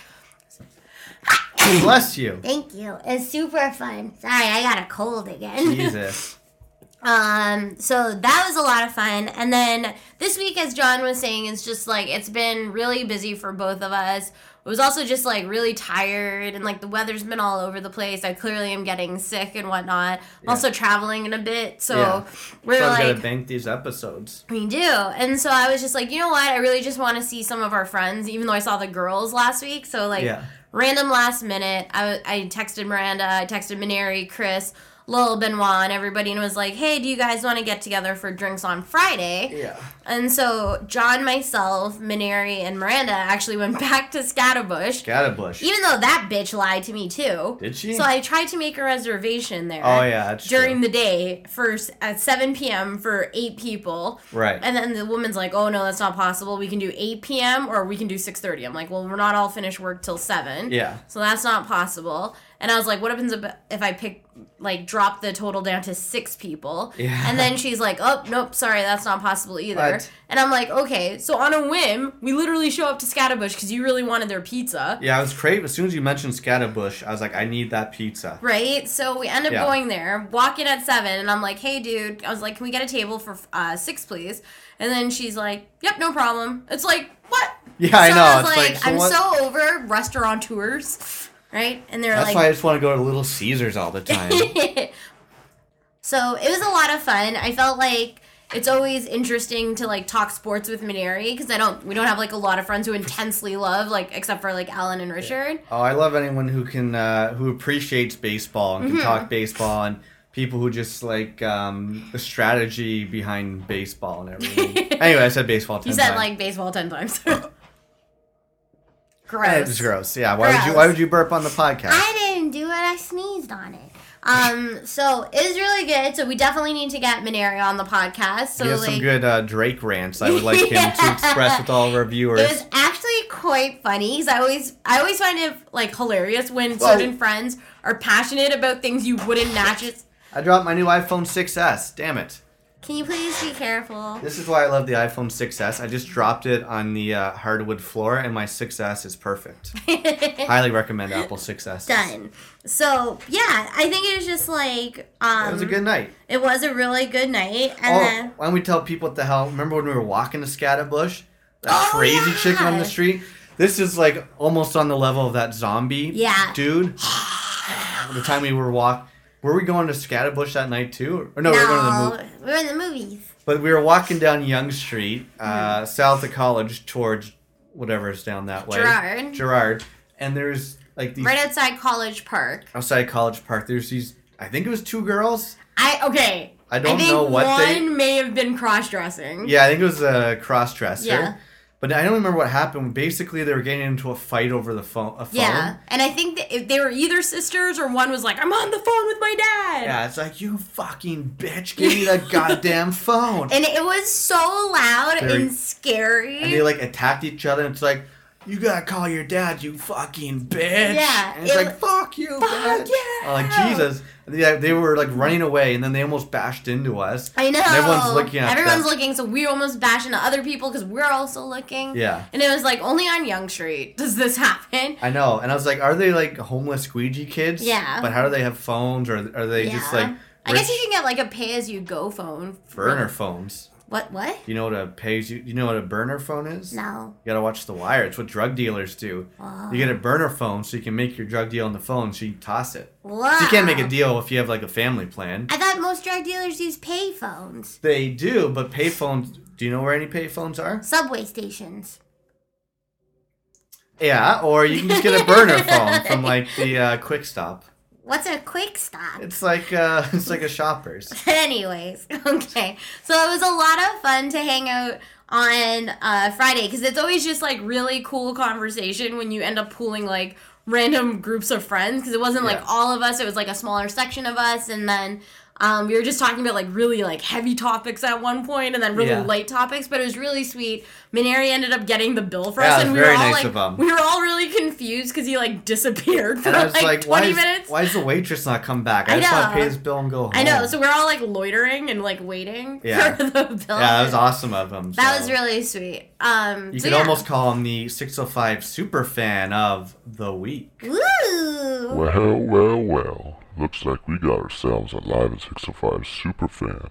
Speaker 3: Bless you.
Speaker 2: Thank you. It's super fun. Sorry, I got a cold again.
Speaker 3: Jesus.
Speaker 2: Um, so that was a lot of fun. And then this week, as John was saying, it's just like it's been really busy for both of us. It was also just like really tired and like the weather's been all over the place. I clearly am getting sick and whatnot. I'm also traveling in a bit, so
Speaker 3: Yeah.
Speaker 2: we're
Speaker 3: so I've got
Speaker 2: like
Speaker 3: to bank these episodes.
Speaker 2: we do. And so I was just like, you know what? I really just want to see some of our friends, even though I saw the girls last week. So, like,
Speaker 3: Yeah.
Speaker 2: random last minute, I, I texted Miranda, I texted Maneri, Chris, Lil, Benoit, and everybody, and was like, hey, do you guys want to get together for drinks on Friday?
Speaker 3: Yeah.
Speaker 2: And so John, myself, Maneri, and Miranda actually went back to Scatabush.
Speaker 3: Gotta bush.
Speaker 2: Even though that bitch lied to me too.
Speaker 3: Did she?
Speaker 2: So I tried to make a reservation there.
Speaker 3: Oh, yeah, that's
Speaker 2: during
Speaker 3: true.
Speaker 2: the day for s- at 7 p.m. for eight people.
Speaker 3: Right.
Speaker 2: And then the woman's like, "Oh no, that's not possible. We can do 8 p.m. or we can do 6:30." I'm like, "Well, we're not all finished work till 7."
Speaker 3: Yeah.
Speaker 2: So that's not possible. And I was like, what happens ab- if I pick, like, drop the total down to six people?
Speaker 3: Yeah.
Speaker 2: And then she's like, oh, nope, sorry, that's not possible either.
Speaker 3: What?
Speaker 2: And I'm like, okay. So on a whim, we literally show up to Scatabush because you really wanted their pizza.
Speaker 3: Yeah, I was craving. As soon as you mentioned Scatterbush, I was like, I need that pizza.
Speaker 2: Right? So we end up
Speaker 3: Yeah.
Speaker 2: going there, walk in at seven, and I'm like, hey, dude, I was like, can we get a table for uh, six, please? And then she's like, yep, no problem. It's like, what?
Speaker 3: Yeah, I
Speaker 2: So
Speaker 3: know.
Speaker 2: I was
Speaker 3: it's
Speaker 2: like,
Speaker 3: like,
Speaker 2: I'm
Speaker 3: someone-
Speaker 2: so over restaurateurs, right? And they're
Speaker 3: That's
Speaker 2: like,
Speaker 3: why I just want to go to Little Caesars all the time.
Speaker 2: so it was a lot of fun. I felt like it's always interesting to like talk sports with Minari because I don't, we don't have like a lot of friends who intensely love like, except for like Alan and Richard.
Speaker 3: oh, I love anyone who can uh, who appreciates baseball
Speaker 2: Mm-hmm.
Speaker 3: and can talk baseball and people who just like um, the strategy behind baseball and everything. anyway, I said baseball.
Speaker 2: You
Speaker 3: 10
Speaker 2: said
Speaker 3: times.
Speaker 2: like baseball ten times.
Speaker 3: Eh,
Speaker 2: Gross.
Speaker 3: It's gross. Yeah. Why would you Why would you burp on the podcast?
Speaker 2: I didn't do it. I sneezed on it. Um, so it was really good. So we definitely need to get Minari on the podcast. So
Speaker 3: he has
Speaker 2: like,
Speaker 3: some good uh, Drake rants. I would like him to
Speaker 2: Yeah.
Speaker 3: express with all of our viewers.
Speaker 2: It was actually quite funny because I always I always find it like hilarious when
Speaker 3: Well-
Speaker 2: certain friends are passionate about things you wouldn't naturally.
Speaker 3: I dropped my new iPhone 6s. Damn it.
Speaker 2: Can you please be careful?
Speaker 3: This is why I love the iPhone 6s. I just dropped it on the uh, hardwood floor, and my 6s is perfect. Highly recommend Apple 6s.
Speaker 2: Done. So yeah, I think it was just like um,
Speaker 3: It was a good night.
Speaker 2: it was a really good night, and
Speaker 3: Oh,
Speaker 2: then
Speaker 3: why don't we tell people what the hell? Remember when we were walking to Scatterbush? That
Speaker 2: Oh,
Speaker 3: crazy
Speaker 2: yeah.
Speaker 3: chicken on the street. This is like almost on the level of that zombie
Speaker 2: Yeah.
Speaker 3: dude. the time we were walk, were we going to Scatterbush that night too? Or no, we Oh, were going to the movie.
Speaker 2: no, we were in the movies.
Speaker 3: But we were walking down Young Street,
Speaker 2: Mm-hmm.
Speaker 3: uh, south of college, towards whatever's down that way.
Speaker 2: Girard.
Speaker 3: Gerard. And there's like these
Speaker 2: right outside College Park.
Speaker 3: outside College Park. There's these. I think it was two girls.
Speaker 2: I okay.
Speaker 3: I don't
Speaker 2: think
Speaker 3: know what
Speaker 2: one
Speaker 3: they-
Speaker 2: may have been cross dressing.
Speaker 3: Yeah, I think it was a cross dresser.
Speaker 2: Yeah.
Speaker 3: But I don't remember what happened. Basically, they were getting into a fight over the phone. A phone.
Speaker 2: Yeah, and I think that if they were either sisters or one was like, "I'm on the phone with my dad."
Speaker 3: Yeah, it's like you fucking bitch, give me that goddamn phone.
Speaker 2: And it was so loud
Speaker 3: Very-
Speaker 2: and scary.
Speaker 3: and they like attacked each other. And it's like you gotta call your dad, you fucking bitch.
Speaker 2: Yeah,
Speaker 3: and it's
Speaker 2: it
Speaker 3: like fuck you,
Speaker 2: Oh,
Speaker 3: bitch.
Speaker 2: you.
Speaker 3: I'm like Jesus. Yeah, they were like running away, and then they almost bashed into us.
Speaker 2: I know.
Speaker 3: And everyone's looking at
Speaker 2: Everyone's
Speaker 3: us.
Speaker 2: looking, so we almost bash into other people because we're also looking.
Speaker 3: Yeah.
Speaker 2: And it was like only on Young Street does this happen.
Speaker 3: I know, and I was like, are they like homeless squeegee kids?
Speaker 2: Yeah.
Speaker 3: But how do they have phones, or are they just
Speaker 2: Yeah.
Speaker 3: like
Speaker 2: I guess
Speaker 3: rich
Speaker 2: you can get like a pay-as-you-go phone. for-
Speaker 3: burner phones?
Speaker 2: What? What?
Speaker 3: You know what a pays you? You know what a burner phone is?
Speaker 2: No.
Speaker 3: You gotta watch the wire. It's what drug dealers do. You
Speaker 2: Oh.
Speaker 3: get a burner phone so you can make your drug deal on the phone. So you toss it.
Speaker 2: Wow.
Speaker 3: So you can't make
Speaker 2: Ah.
Speaker 3: a deal if you have like a family plan.
Speaker 2: I thought most drug dealers use pay phones,
Speaker 3: They do, but payphones. Do you know where any payphones are?
Speaker 2: subway stations.
Speaker 3: Yeah, or you can just get a burner phone from like the uh, Quick Stop.
Speaker 2: What's a quick stop?
Speaker 3: It's like uh, it's like a Shoppers.
Speaker 2: Anyways, okay. So it was a lot of fun to hang out on uh, Friday because it's always just like really cool conversation when you end up pooling like random groups of friends because it wasn't like
Speaker 3: Yeah.
Speaker 2: all of us, it was like a smaller section of us. And then um, we were just talking about like really like heavy topics at one point and then really
Speaker 3: Yeah.
Speaker 2: light topics, but it was really sweet. Minari ended up getting the bill for us
Speaker 3: Yeah, it was
Speaker 2: and we
Speaker 3: very
Speaker 2: were all
Speaker 3: nice
Speaker 2: like,
Speaker 3: of him.
Speaker 2: we were all really confused because he like disappeared for
Speaker 3: And I was
Speaker 2: like,
Speaker 3: like,
Speaker 2: 20
Speaker 3: why, is,
Speaker 2: minutes.
Speaker 3: why is the waitress not come back? I,
Speaker 2: I
Speaker 3: just want to
Speaker 2: know.
Speaker 3: pay this bill and go home.
Speaker 2: I know. So we're all like loitering and like waiting
Speaker 3: Um, Yeah.
Speaker 2: for the bill.
Speaker 3: yeah, that was awesome of him.
Speaker 2: That
Speaker 3: so.
Speaker 2: was really sweet. Um,
Speaker 3: You
Speaker 2: so
Speaker 3: could
Speaker 2: yeah.
Speaker 3: almost call him the 605 super fan of the week.
Speaker 2: Woo!
Speaker 6: Well, well, well. Looks like we got ourselves a Live and 605 superfan.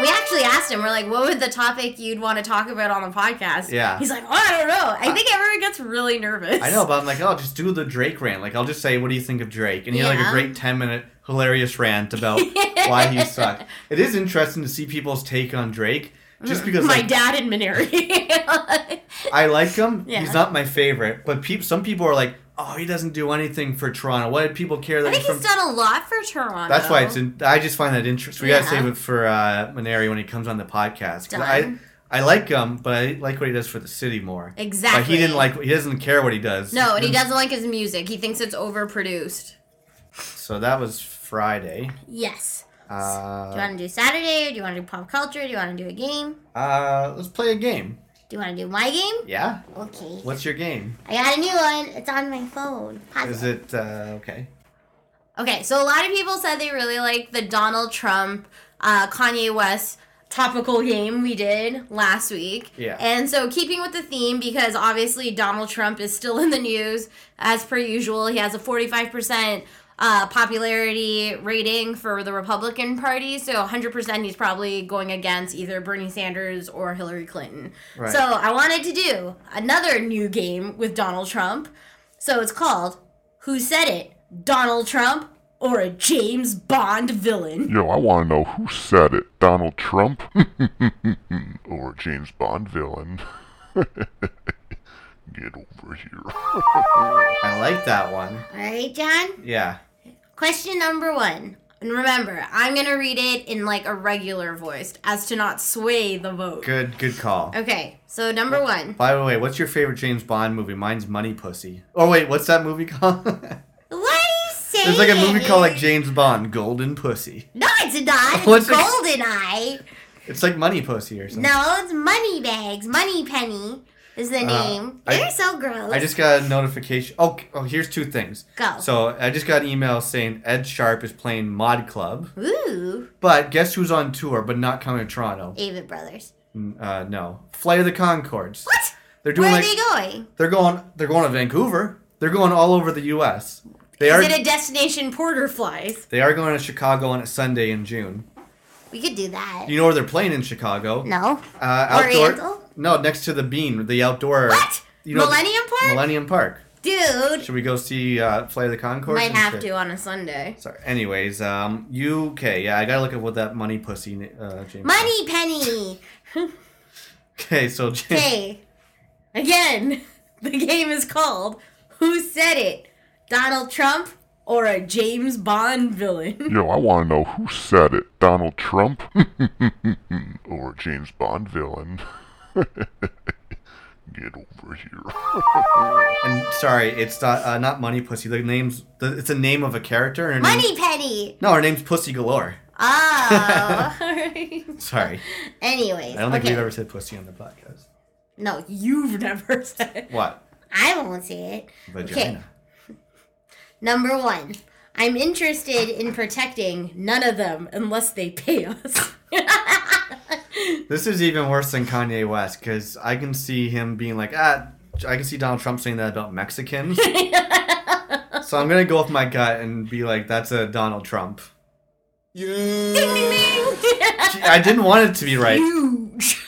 Speaker 2: We actually asked him. We're like, "What would the topic you'd want to talk about on the podcast?"
Speaker 3: Yeah.
Speaker 2: He's like, "Oh, I don't know. I think everyone gets really nervous."
Speaker 3: I know, but I'm like, oh, just do the Drake rant. Like, I'll just say, what do you think of Drake? And he had like a
Speaker 2: Yeah.
Speaker 3: great 10 minute hilarious rant about why he sucked. It is interesting to see people's take on Drake. Just because
Speaker 2: Mm, My
Speaker 3: like,
Speaker 2: dad and Minari.
Speaker 3: I like him,
Speaker 2: Yeah.
Speaker 3: he's not my favorite. But peop some people are like, "Oh, he doesn't do anything for Toronto. Why do people care that
Speaker 2: I think
Speaker 3: he's from?"
Speaker 2: he's done a lot for Toronto.
Speaker 3: That's why it's. In- I just find that interesting. We gotta
Speaker 2: Yeah.
Speaker 3: save it for uh, Maneri when he comes on the podcast. 'Cause I
Speaker 2: Done.
Speaker 3: I like him, but I like what he does for the city more. Like
Speaker 2: Exactly.
Speaker 3: he didn't like. He doesn't care what he does.
Speaker 2: no, and he doesn't like his music. He thinks it's overproduced.
Speaker 3: So that was Friday.
Speaker 2: Yes. Do you
Speaker 3: Uh,
Speaker 2: want to do Saturday? Or do you want to do pop culture? Do you want to do a game?
Speaker 3: uh, let's play a game.
Speaker 2: Do you want to do my game?
Speaker 3: Yeah.
Speaker 2: Okay.
Speaker 3: What's your game?
Speaker 2: I got a new one. It's on my phone. Pause
Speaker 3: Is it uh, okay?
Speaker 2: Okay, so a lot of people said they really liked the Donald Trump, uh, Kanye West topical game we did last week.
Speaker 3: Yeah.
Speaker 2: And so, keeping with the theme, because obviously Donald Trump is still in the news as per usual, he has a 45%. Uh, popularity rating for the Republican Party, so 100% he's probably going against either Bernie Sanders or Hillary Clinton.
Speaker 3: Right.
Speaker 2: So I wanted to do another new game with Donald Trump. So it's called Who Said It? Donald Trump or a James Bond villain?
Speaker 6: Yo, I want to know who said it. Donald Trump? or James Bond villain? Get over here.
Speaker 3: I like that one.
Speaker 2: All right, John.
Speaker 3: Yeah.
Speaker 2: Question number one. And remember, I'm going to read it in like a regular voice as to not sway the vote.
Speaker 3: Good. Good call.
Speaker 2: Okay, so number one.
Speaker 3: By the way, what's your favorite James Bond movie? Mine's Money Pussy. Oh wait, what's that movie called? There's
Speaker 2: What are you saying?
Speaker 3: like a movie called like James Bond Golden Pussy.
Speaker 2: No, it's not. It's
Speaker 3: What's it-
Speaker 2: Golden Eye.
Speaker 3: It's like Money Pussy or something.
Speaker 2: No, it's Money Bags. Money Penny is the name.
Speaker 3: Uh, I-
Speaker 2: You're so gross.
Speaker 3: I just got a notification. Oh, oh, here's two things.
Speaker 2: Go.
Speaker 3: So I just got an email saying Ed Sharp is playing Mod Club,
Speaker 2: Ooh,
Speaker 3: but guess who's on tour but not coming to Toronto?
Speaker 2: David Brothers.
Speaker 3: N- Uh, no, Flight of the Concords.
Speaker 2: What?
Speaker 3: They're doing
Speaker 2: Where
Speaker 3: like
Speaker 2: are they going?
Speaker 3: they're going they're going to Vancouver. They're going all over the U.S. They are
Speaker 2: Is it a destination porter flies?
Speaker 3: they are going to Chicago on a Sunday in June.
Speaker 2: We could do that.
Speaker 3: You know where they're playing in Chicago?
Speaker 2: no.
Speaker 3: Uh, outdoor.
Speaker 2: Oriental?
Speaker 3: No, next to the Bean, the outdoor.
Speaker 2: What?
Speaker 3: You know,
Speaker 2: Millennium Park?
Speaker 3: Millennium Park.
Speaker 2: Dude,
Speaker 3: Should we go see uh, Flight of the Concords?
Speaker 2: might have
Speaker 3: instead?
Speaker 2: to on a Sunday.
Speaker 3: Sorry. Anyways, um, UK. Yeah, I gotta look at what that money pussy. Uh, James
Speaker 2: Money penny.
Speaker 3: Okay, so James,
Speaker 2: hey. Again, the game is called Who Said It? Donald Trump or a James Bond villain?
Speaker 6: Yo, I want to know who said it. Donald Trump? or James Bond villain? Get over here.
Speaker 3: and sorry, it's not, uh, not money pussy. The name's the, it's a name of a character. And her name's-
Speaker 2: Money penny.
Speaker 3: no, her name's Pussy Galore.
Speaker 2: Oh. alright.
Speaker 3: Sorry,
Speaker 2: Anyways.
Speaker 3: I don't think
Speaker 2: okay.
Speaker 3: we've ever said pussy on the podcast.
Speaker 2: No, you've never said it.
Speaker 3: What?
Speaker 2: I won't say it.
Speaker 3: Vagina.
Speaker 2: Number one, I'm interested in protecting none of them unless they pay us.
Speaker 3: This is even worse than Kanye West because I can see him being like, ah, I can see Donald Trump saying that about Mexicans. so I'm gonna go with my gut and be like, that's a Donald Trump. Gee, I didn't want it to be right.
Speaker 2: Huge.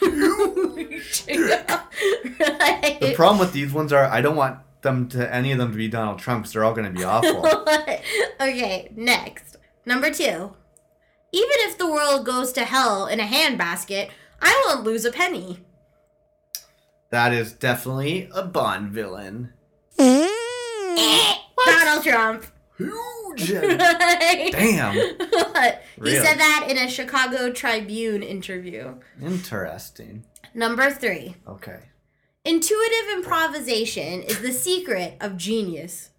Speaker 3: The problem with these ones are I don't want them to any of them to be Donald Trump 'cause they're all gonna be awful.
Speaker 2: okay, next. Number two, even if the world goes to hell in a handbasket, I won't lose a penny.
Speaker 3: that is definitely a Bond villain.
Speaker 2: Donald Trump.
Speaker 3: Huge. Damn.
Speaker 2: He
Speaker 3: Really?
Speaker 2: said that in a Chicago Tribune interview.
Speaker 3: Interesting.
Speaker 2: Number three.
Speaker 3: Okay.
Speaker 2: Intuitive improvisation is the secret of genius.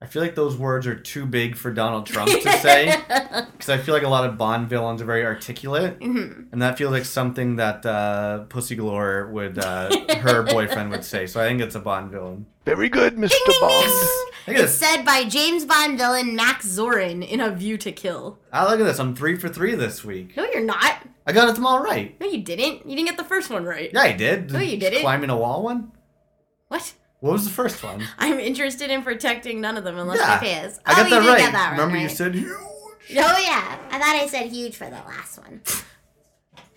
Speaker 3: I feel like those words are too big for Donald Trump to say because I feel like a lot of Bond villains are very articulate,
Speaker 2: Mm-hmm.
Speaker 3: and that feels like something that uh, Pussy Galore would uh, her boyfriend would say. So I think it's a Bond villain.
Speaker 6: Very good, Mr. Bond.
Speaker 3: I think it's-
Speaker 2: Said by James Bond villain Max Zorin in A View to Kill.
Speaker 3: Ah, look at this! I'm three for three this week.
Speaker 2: No, you're not.
Speaker 3: I got them all right.
Speaker 2: No, you didn't. You didn't get the first one right.
Speaker 3: Yeah, I did. No,
Speaker 2: Oh, you didn't.
Speaker 3: Climbing a wall one.
Speaker 2: What?
Speaker 3: What was the first one?
Speaker 2: I'm interested in protecting none of them unless
Speaker 3: yeah,
Speaker 2: they pay us.
Speaker 3: I got
Speaker 2: oh,
Speaker 3: that
Speaker 2: you
Speaker 3: right.
Speaker 2: did get that right.
Speaker 3: Remember you
Speaker 2: right?
Speaker 3: said huge.
Speaker 2: Oh yeah, I thought I said huge for the last one.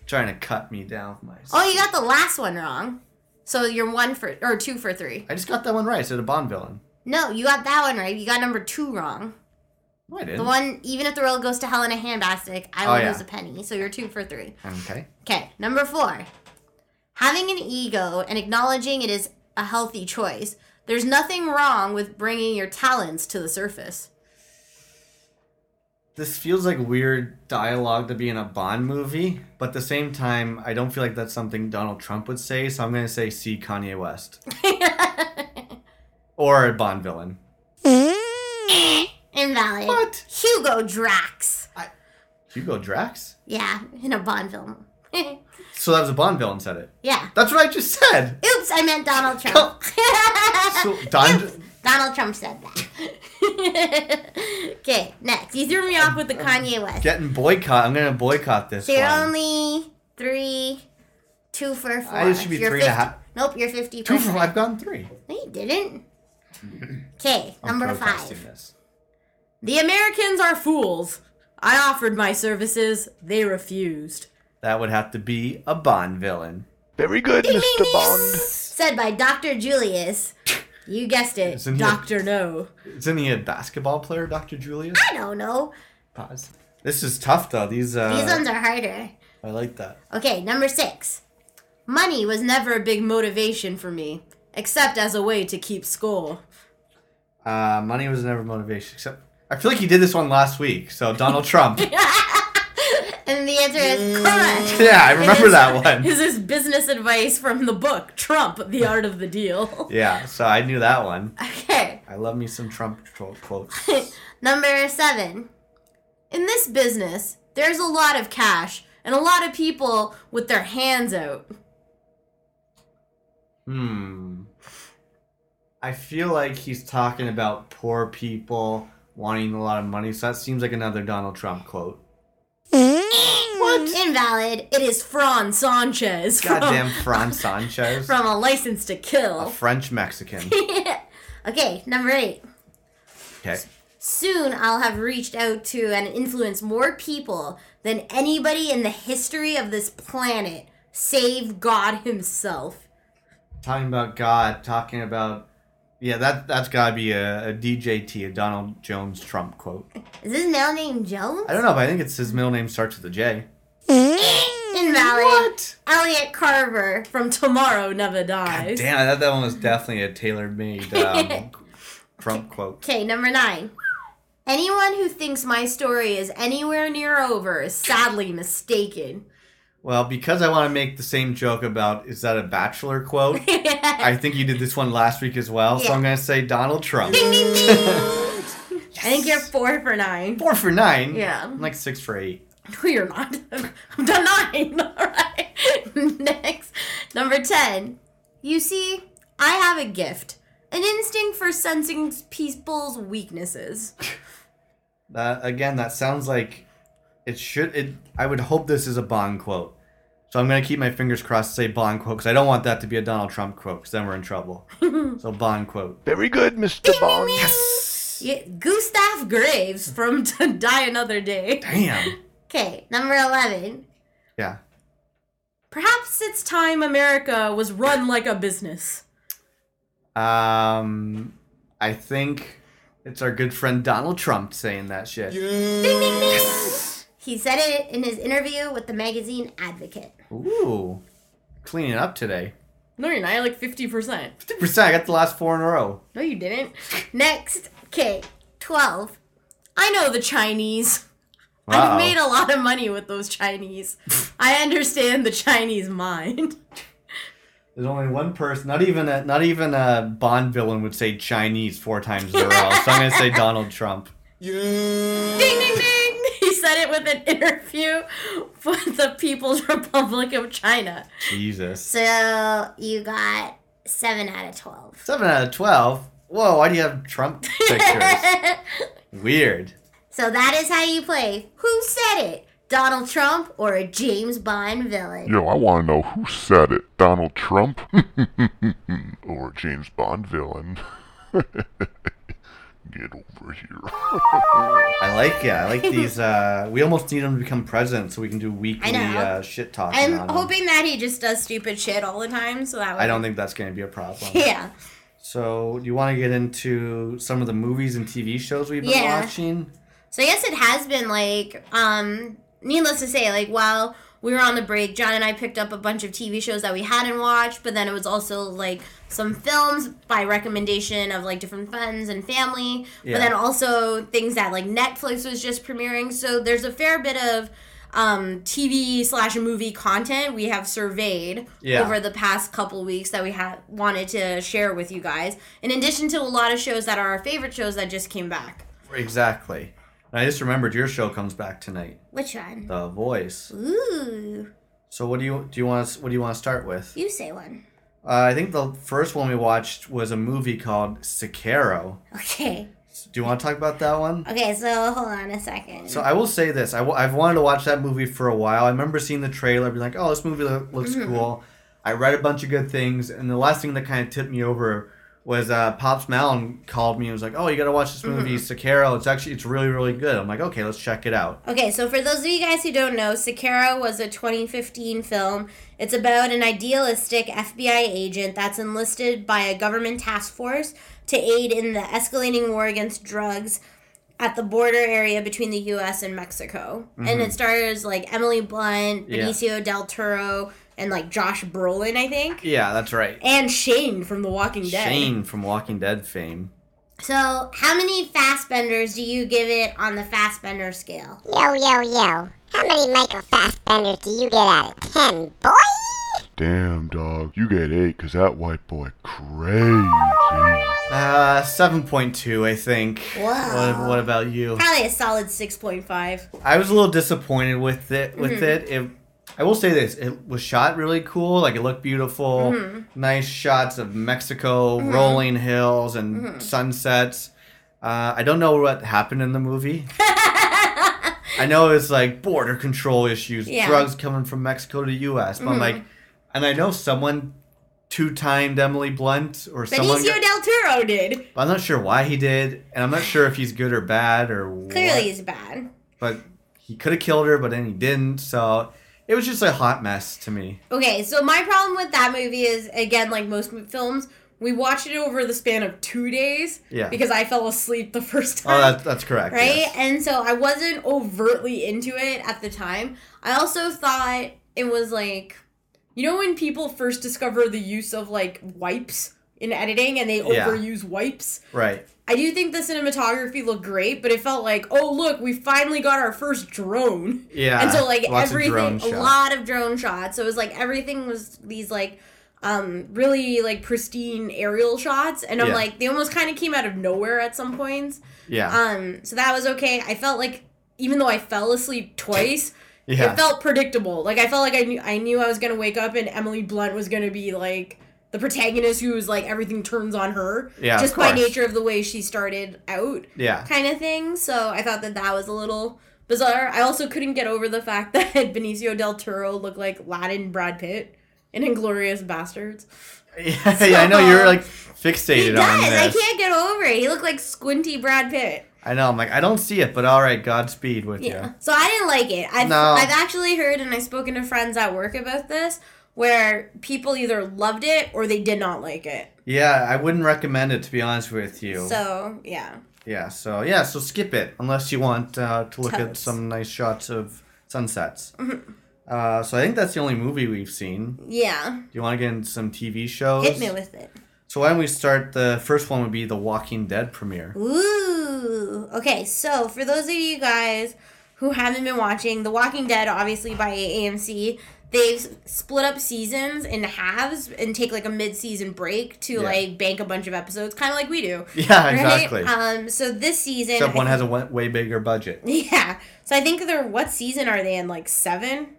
Speaker 3: Trying to cut me down with my.
Speaker 2: Oh, you got the last one wrong. So you're one for or two for three.
Speaker 3: I just got that one right. I said a Bond villain.
Speaker 2: No, you got that one right. You got number two wrong.
Speaker 3: No, Oh, I didn't.
Speaker 2: The one, even if the world goes to hell in a handbasket, I will
Speaker 3: Oh, yeah.
Speaker 2: lose a penny. So you're two for three.
Speaker 3: Okay.
Speaker 2: Okay, number four. Having an ego and acknowledging it is a healthy choice. There's nothing wrong with bringing your talents to the surface.
Speaker 3: this feels like weird dialogue to be in a Bond movie, but at the same time, I don't feel like that's something Donald Trump would say, so I'm gonna say see Kanye West. or a Bond villain.
Speaker 2: Invalid.
Speaker 3: What?
Speaker 2: Hugo Drax.
Speaker 3: Hugo Drax?
Speaker 2: Yeah, in a Bond film.
Speaker 3: So that was a Bond villain said it.
Speaker 2: yeah.
Speaker 3: That's what I just said.
Speaker 2: Oops, I meant Donald Trump.
Speaker 3: Oh. So Don,
Speaker 2: Donald Trump said that. okay, next. You threw me off with the
Speaker 3: Um,
Speaker 2: Kanye West.
Speaker 3: getting boycott. I'm gonna boycott this
Speaker 2: So you're
Speaker 3: one.
Speaker 2: only three, two for four.
Speaker 3: I should be
Speaker 2: You're
Speaker 3: three and a
Speaker 2: 50
Speaker 3: half.
Speaker 2: Nope, you're fifty.
Speaker 3: Two for I've gone three.
Speaker 2: No, you didn't. Okay,
Speaker 3: I'm
Speaker 2: number
Speaker 3: protesting
Speaker 2: five.
Speaker 3: this.
Speaker 7: The Americans are fools. I offered my services, they refused.
Speaker 3: That would have to be a Bond villain.
Speaker 6: Very good, Mr. Bond.
Speaker 2: Said by Dr. Julius. You guessed it.
Speaker 3: Isn't he a-
Speaker 7: Doctor No.
Speaker 3: Isn't he a basketball player, Dr. Julius?
Speaker 2: I don't know.
Speaker 3: Pause. This is tough though. These uh,
Speaker 2: These ones are harder.
Speaker 3: I like that.
Speaker 2: Okay, number six.
Speaker 7: Money was never a big motivation for me, except as a way to keep score.
Speaker 3: Uh, money was never motivation. Except I feel like he did this one last week. So Donald Trump. yeah,
Speaker 2: And the answer is correct.
Speaker 3: I remember that one.
Speaker 7: Is this business advice from the book Trump: The Art of the Deal?
Speaker 3: Yeah, so I knew that one.
Speaker 2: Okay,
Speaker 3: I love me some Trump tro- quotes.
Speaker 2: number seven.
Speaker 7: In this business, there's a lot of cash and a lot of people with their hands out.
Speaker 3: Hmm. I feel like he's talking about poor people wanting a lot of money. So that seems like another Donald Trump quote.
Speaker 2: Invalid.
Speaker 7: It is Fran Sanchez from,
Speaker 3: Mm-hmm. Goddamn Fran Sanchez,
Speaker 7: from A License to
Speaker 3: a
Speaker 7: Kill.
Speaker 3: French Mexican.
Speaker 2: Okay, number eight.
Speaker 3: Okay.
Speaker 2: Soon I'll have reached out to and influenced more people than anybody in the history of this planet, save God Himself.
Speaker 3: talking about God, talking about yeah, that that's gotta be a, a DJT, a Donald Jones Trump quote.
Speaker 2: Is his male name Jones?
Speaker 3: I don't know, but I think it's his middle name starts with a J.
Speaker 2: Invalid. What? Elliot Carver.
Speaker 7: From Tomorrow Never Dies.
Speaker 3: Damn, I thought that one was definitely a tailor-made um, Trump quote.
Speaker 2: Okay, number nine.
Speaker 7: Anyone who thinks my story is anywhere near over is sadly mistaken.
Speaker 3: Well, because I want to make the same joke about is that a Bachelor quote? I think you did this one last week as well, so I'm gonna say Donald Trump.
Speaker 7: I think you're four for nine.
Speaker 3: Four for nine.
Speaker 7: Yeah.
Speaker 3: I'm like six for eight.
Speaker 7: No, you're not. I'm done nine. All right. Next.
Speaker 2: Number ten.
Speaker 7: You see, I have a gift an instinct for sensing people's weaknesses.
Speaker 3: That again, that sounds like it should. It. I would hope this is a Bond quote. So I'm gonna keep my fingers crossed to say Bond quote because I don't want that to be a Donald Trump quote because then we're in trouble. so Bond quote.
Speaker 6: Very good, Mr. Bond.
Speaker 7: Yeah, Gustav Graves from To Die Another Day.
Speaker 3: Damn.
Speaker 2: Okay, number eleven.
Speaker 3: Yeah.
Speaker 7: Perhaps it's time America was run like a business.
Speaker 3: Um, I think it's our good friend Donald Trump saying that shit.
Speaker 2: He said it in his interview with the magazine Advocate.
Speaker 3: Ooh, cleaning up today.
Speaker 7: No, you're not. You're like 50%.
Speaker 3: Fifty percent. I got the last four in a row.
Speaker 7: No, you didn't.
Speaker 2: Next. Okay, twelve.
Speaker 7: I know the Chinese.
Speaker 3: Wow.
Speaker 2: Oh.
Speaker 7: I've made a lot of money with those Chinese. I understand the Chinese mind.
Speaker 3: There's only one person. Not even a not even a Bond villain would say Chinese four times in a row. so I'm gonna say Donald Trump.
Speaker 7: Ding, ding, ding! He said it with an interview with the People's Republic of China.
Speaker 3: Jesus.
Speaker 2: So you got seven out of twelve.
Speaker 3: Seven out of twelve. Whoa, why do you have Trump pictures? Weird.
Speaker 2: So that is how you play. Who said it? Donald Trump or a James Bond villain?
Speaker 6: Yo, I want to know who said it. Donald Trump? or James Bond villain? Get over here.
Speaker 3: I like it. I like these. Uh, we almost need him to become president so we can do weekly
Speaker 2: know.
Speaker 3: uh, shit talking.
Speaker 2: I'm
Speaker 3: on him.
Speaker 2: hoping that he just
Speaker 7: Does stupid shit all the time, so that way.
Speaker 3: I don't think that's going to be a problem.
Speaker 2: yeah.
Speaker 3: So, do you want to get into some of the movies and TV shows we've been
Speaker 2: Yeah.
Speaker 3: watching?
Speaker 2: So I guess it has been like, um, needless to say, like while we were on the break, John and I picked up a bunch of TV shows that we hadn't watched, but then it was also like some films by recommendation of like different friends and family,
Speaker 3: Yeah.
Speaker 2: but then also things that like Netflix was just premiering. So there's a fair bit of um, TV slash movie content we have surveyed
Speaker 3: Yeah.
Speaker 2: over the past couple weeks that we had wanted to share with you guys. In addition to a lot of shows that are our favorite shows that just came back.
Speaker 3: Exactly. And I just remembered your show comes back tonight,
Speaker 2: Which one?
Speaker 3: The Voice.
Speaker 2: Ooh.
Speaker 3: So what do you do? You want to, what do you want to start with?
Speaker 2: You say one.
Speaker 3: Uh, I think the first one we watched was a movie called Sicaro.
Speaker 2: Okay.
Speaker 3: Do you want to talk about that one?
Speaker 2: Okay, so hold on a second.
Speaker 3: So I will say this: I w- I've wanted to watch that movie for a while. I remember seeing the trailer, being like, "Oh, this movie lo- looks cool." I read a bunch of good things, and the last thing that kind of tipped me over was uh, Pops Malin called me and was like, "Oh, you got to watch this movie, Sicaro. It's actually it's really really good." I'm like, "Okay, let's check it out."
Speaker 2: Okay, so for those of you guys who don't know, Sicaro was a 2015 film. It's about an idealistic FBI agent that's enlisted by a government task force to aid in the escalating war against drugs at the border area between the US and Mexico. And it stars like Emily Blunt,
Speaker 3: Mm-hmm. Yeah.
Speaker 2: Benicio del Toro, and like Josh Brolin, I think.
Speaker 3: Yeah, that's right.
Speaker 2: And Shane from The Walking Dead.
Speaker 3: Shane from Walking Dead fame.
Speaker 2: So, how many Fastbenders do you give it on the Fastbender scale?
Speaker 8: Yo, yo, yo. How many Michael Fassbenders do you get out of 10, boy?
Speaker 6: Damn, dog. You get eight, 'cause that white boy crazy.
Speaker 3: Uh, seven point two, I think.
Speaker 2: Wow.
Speaker 3: What, what about you?
Speaker 2: Probably a solid 6.5.
Speaker 3: I was a little disappointed with it.
Speaker 2: Mm-hmm.
Speaker 3: With it, it, I will say this: it was shot really cool. Like it looked beautiful,
Speaker 2: Mm-hmm.
Speaker 3: nice shots of Mexico, rolling hills, and
Speaker 2: Mm-hmm.
Speaker 3: sunsets. Uh, I don't know what happened in the movie. I know it's like border control issues,
Speaker 2: Yeah. Mm-hmm.
Speaker 3: drugs coming from Mexico to U.S. But I'm like, and I know someone two-timed Emily Blunt or someone.
Speaker 2: Benicio del Toro did.
Speaker 3: I'm not sure why he did, and I'm not sure if he's good or bad or
Speaker 2: Clearly,
Speaker 3: what
Speaker 2: he's bad.
Speaker 3: but he could have killed her, but then he didn't. So it was just a hot mess to me. Oh,
Speaker 2: Okay, so my problem with that movie is again, like most mo- films, we watched it over the span of two days.
Speaker 3: Yeah.
Speaker 2: Because I fell asleep the first time.
Speaker 3: Oh, that's that's correct.
Speaker 2: right?
Speaker 3: yes.
Speaker 2: And so I wasn't overtly into it at the time. I also thought it was like, you know, when people first discover the use of like wipes in editing and they
Speaker 3: Yeah.
Speaker 2: overuse wipes.
Speaker 3: Right.
Speaker 2: I do think the cinematography looked great, but it felt like, oh look, we finally got our first drone.
Speaker 3: Yeah,
Speaker 2: And so like
Speaker 3: lots of drone
Speaker 2: everything a
Speaker 3: shots.
Speaker 2: lot of drone shots. So it was like everything was these like um really like pristine aerial shots and I'm
Speaker 3: Yeah.
Speaker 2: like they almost kind of came out of nowhere at some points.
Speaker 3: Yeah.
Speaker 2: Um so that was okay. I felt like even though I fell asleep twice,
Speaker 3: yeah.
Speaker 2: it felt predictable. Like I felt like I knew I knew I was gonna wake up and Emily Blunt was gonna be like the protagonist who was like everything turns on her.
Speaker 3: Yeah, of
Speaker 2: Just by
Speaker 3: course.
Speaker 2: nature of the way she started out,
Speaker 3: yeah.
Speaker 2: kind of thing. So I thought that that was a little bizarre. I also couldn't get over the fact that Benicio del Toro looked like Latin Brad Pitt in Inglorious Bastards.
Speaker 3: yeah. yeah, I know
Speaker 2: So- um,
Speaker 3: you're like
Speaker 2: He
Speaker 3: fixated
Speaker 2: does.
Speaker 3: on
Speaker 2: I
Speaker 3: this. I,
Speaker 2: can't get over it. He looked like squinty Brad Pitt.
Speaker 3: know. I'm like, I don't see it, but all right. Godspeed with
Speaker 2: Yeah.
Speaker 3: you.
Speaker 2: So I didn't like it. I've,
Speaker 3: No.
Speaker 2: I've actually heard, and I've spoken to friends at work about this, where people either loved it or they did not like it.
Speaker 3: Yeah, I wouldn't recommend it to be honest with you.
Speaker 2: So, yeah.
Speaker 3: yeah. So yeah. So skip it unless you want uh, to look at
Speaker 2: Totes.
Speaker 3: some nice shots of sunsets.
Speaker 2: Mm-hmm.
Speaker 3: Uh, so I think that's the only movie we've seen. Do
Speaker 2: Yeah.
Speaker 3: you want to get in some TV shows?
Speaker 2: Hit me with it.
Speaker 3: So why don't we start? The first one would be the Walking Dead premiere.
Speaker 2: Ooh. Okay, so for those of you guys who haven't been watching The Walking Dead, obviously by AMC, they've split up seasons in halves and take like a mid-season break to
Speaker 3: Yeah.
Speaker 2: like bank a bunch of episodes, kind of like we do.
Speaker 3: Yeah,
Speaker 2: right?
Speaker 3: exactly.
Speaker 2: Um, so this season,
Speaker 3: Except
Speaker 2: I
Speaker 3: one has a wa- way bigger budget.
Speaker 2: Yeah. So I think they're what season are they in? Like seven.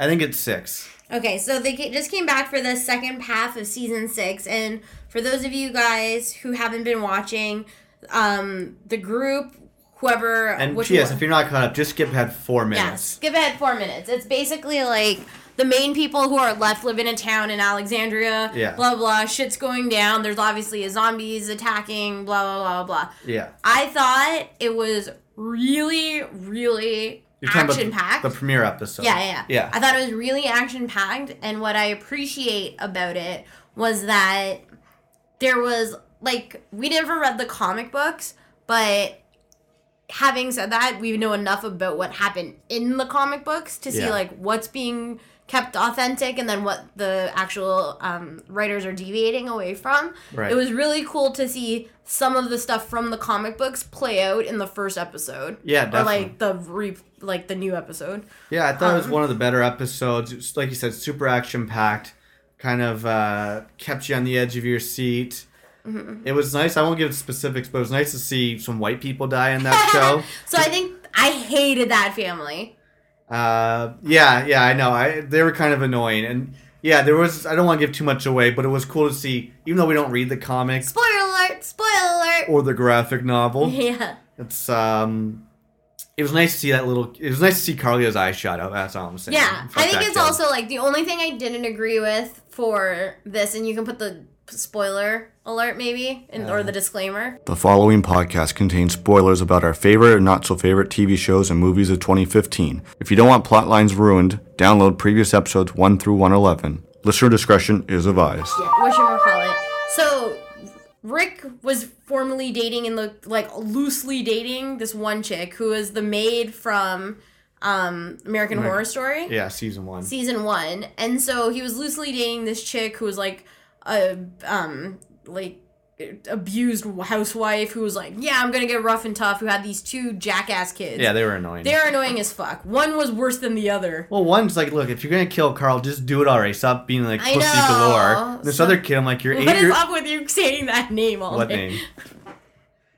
Speaker 3: I think it's six.
Speaker 2: Okay, so they ca- just came back for the second half of season six, and for those of you guys who haven't been watching, um, the group, whoever,
Speaker 3: And
Speaker 2: which
Speaker 3: yes,
Speaker 2: one-
Speaker 3: if you're not caught up, just skip ahead four
Speaker 2: Yes.
Speaker 3: minutes.
Speaker 2: Give ahead four minutes. It's basically like the main people who are left live in a town in Alexandria.
Speaker 3: Yeah.
Speaker 2: Blah blah. Shit's going down. There's obviously zombies attacking. Blah blah blah blah.
Speaker 3: Yeah.
Speaker 2: I thought it was really really
Speaker 3: talking
Speaker 2: action packed.
Speaker 3: the premiere episode.
Speaker 2: Yeah, yeah,
Speaker 3: Yeah.
Speaker 2: I thought it was really action packed, and what I appreciate about it was that there was like we never read the comic books, but having said that, we know enough about what happened in the comic books to see
Speaker 3: Yeah.
Speaker 2: like what's being kept authentic and then what the actual um, writers are deviating away from.
Speaker 3: Right.
Speaker 2: It was really cool to see some of the stuff from the comic books play out in the first episode.
Speaker 3: Yeah,
Speaker 2: Or like the re- like the new episode.
Speaker 3: Yeah, I thought it was
Speaker 2: uh-huh.
Speaker 3: one of the better episodes. It's, Like you said, super action packed, kind of uh, kept you on the edge of your seat.
Speaker 2: Mm-hmm.
Speaker 3: It was nice. I won't give specifics, but it was nice to see some white people die in that show.
Speaker 2: So I think I hated that family.
Speaker 3: Uh, yeah, yeah, I know. I they were kind of annoying, and yeah, there was. I don't want to give too much away, but it was cool to see. Even though we don't read the comics
Speaker 2: Spoiler alert! Spoiler alert!
Speaker 3: or the graphic novel,
Speaker 7: Yeah.
Speaker 3: it's um, it was nice to see that little. It was nice to see Carlio's eyes shut up. That's all I'm saying.
Speaker 2: Yeah,
Speaker 3: Fuck
Speaker 2: I think
Speaker 3: that
Speaker 2: it's
Speaker 3: kid.
Speaker 2: also like the only thing I didn't agree with for this, and you can put the spoiler alert maybe, and, or
Speaker 3: Uh.
Speaker 2: the disclaimer.
Speaker 1: The following podcast contains spoilers about our favorite and not so favorite TV shows and movies of 2015. If you don't want plot lines ruined, download previous episodes 1 through 111. Listener discretion is advised.
Speaker 2: What should we call it? So Rick was formerly dating and looked like loosely dating this one chick who is the maid from um, American Horror Story.
Speaker 3: yeah, season one.
Speaker 2: season one, and so he was loosely dating this chick who was like a um like abused housewife who was like, yeah, I'm gonna get rough and tough. Who had these two jackass kids?
Speaker 3: yeah, they were annoying.
Speaker 2: they're annoying as fuck. One was worse than the other.
Speaker 3: Well, one's like, look, if you're gonna kill Carl, just do it already. Stop being like
Speaker 2: I
Speaker 3: pussy
Speaker 2: know.
Speaker 3: galore. And this
Speaker 2: So-
Speaker 3: other kid, I'm like, you're
Speaker 2: What
Speaker 3: eight.
Speaker 2: is
Speaker 3: Year-
Speaker 2: up with you saying that name all
Speaker 3: what
Speaker 2: day?
Speaker 3: name?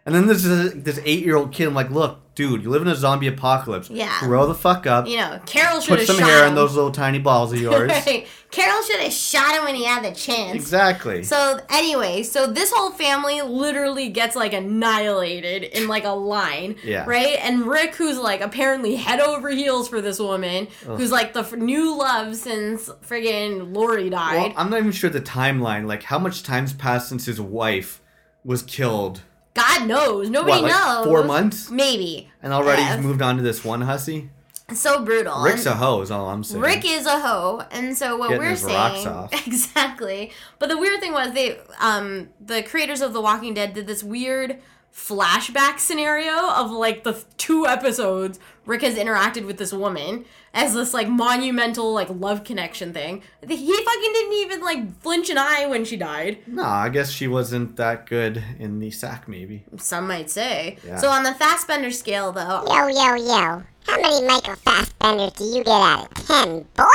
Speaker 3: And then there's this, this eight year old kid. I'm like, look, dude, you live in a zombie apocalypse.
Speaker 2: Yeah.
Speaker 3: Grow the fuck up.
Speaker 2: You know, Carol should
Speaker 3: put
Speaker 2: have
Speaker 3: some
Speaker 2: shot
Speaker 3: hair
Speaker 2: him.
Speaker 3: in those little tiny balls of yours.
Speaker 2: Right. Carol should have shot him when he had the chance.
Speaker 3: Exactly.
Speaker 2: So anyway, so this whole family literally gets like annihilated in like a line,
Speaker 3: Yeah.
Speaker 2: right? And Rick, who's like apparently head over heels for this woman, who's like the f- new love since friggin' Lori
Speaker 3: well,
Speaker 2: died.
Speaker 3: I'm not even sure the timeline. Like, how much time's passed since his wife was killed?
Speaker 2: God knows, nobody
Speaker 3: what, like
Speaker 2: knows.
Speaker 3: four months?
Speaker 2: maybe.
Speaker 3: And already
Speaker 2: Yeah.
Speaker 3: he's moved on to this one hussy.
Speaker 2: So brutal.
Speaker 3: Rick's
Speaker 2: And
Speaker 3: a hoe, is all I'm saying.
Speaker 2: Rick is a hoe, and so what
Speaker 3: Getting
Speaker 2: we're
Speaker 3: his
Speaker 2: saying
Speaker 3: rocks off.
Speaker 2: exactly. But the weird thing was they, um, the creators of The Walking Dead did this weird flashback scenario of like the two episodes Rick has interacted with this woman as this like monumental like love connection thing. He fucking didn't even like flinch an eye when she died.
Speaker 3: No, I guess she wasn't that good in the sack, maybe.
Speaker 2: Some might say.
Speaker 3: Yeah.
Speaker 2: So on the Fastbender scale though,
Speaker 8: Yo, yo, yo. How many Michael Fassbenders do you get out of 10, boy?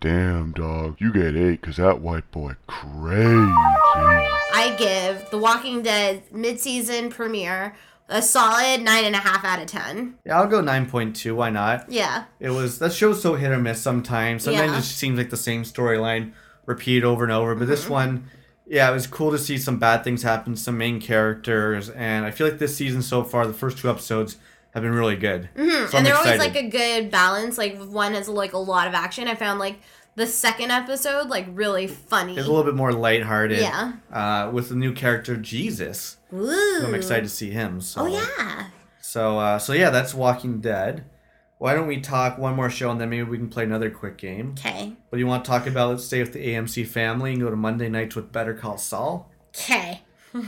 Speaker 6: Damn, dog. You get eight, 'cause that white boy crazy.
Speaker 2: I give The Walking Dead mid-season premiere a solid nine and a half out of ten.
Speaker 3: Yeah, I'll go 9.2. Why not?
Speaker 2: Yeah.
Speaker 3: It was that show's so hit or miss sometimes. Sometimes
Speaker 2: Yeah.
Speaker 3: it just seems like the same storyline repeated over and over. But this
Speaker 2: Mm-hmm.
Speaker 3: one, yeah, it was cool to see some bad things happen, some main characters, and I feel like this season so far, the first two episodes have been really good. So I'm
Speaker 2: Mm-hmm, and they're always
Speaker 3: excited.
Speaker 2: like a good balance. Like one has like a lot of action. I found like the second episode like really funny.
Speaker 3: it's a little bit more lighthearted.
Speaker 2: Yeah.
Speaker 3: Uh, with the new character Jesus,
Speaker 2: Ooh.
Speaker 3: I'm excited to see him. So.
Speaker 2: Hmm. Oh yeah.
Speaker 3: So uh, so yeah, that's Walking Dead. Why don't we talk one more show and then maybe we can play another quick game?
Speaker 2: Okay.
Speaker 3: What do you want to talk about? Let's stay with the AMC family and go to Monday nights with Better Call Saul.
Speaker 2: Okay.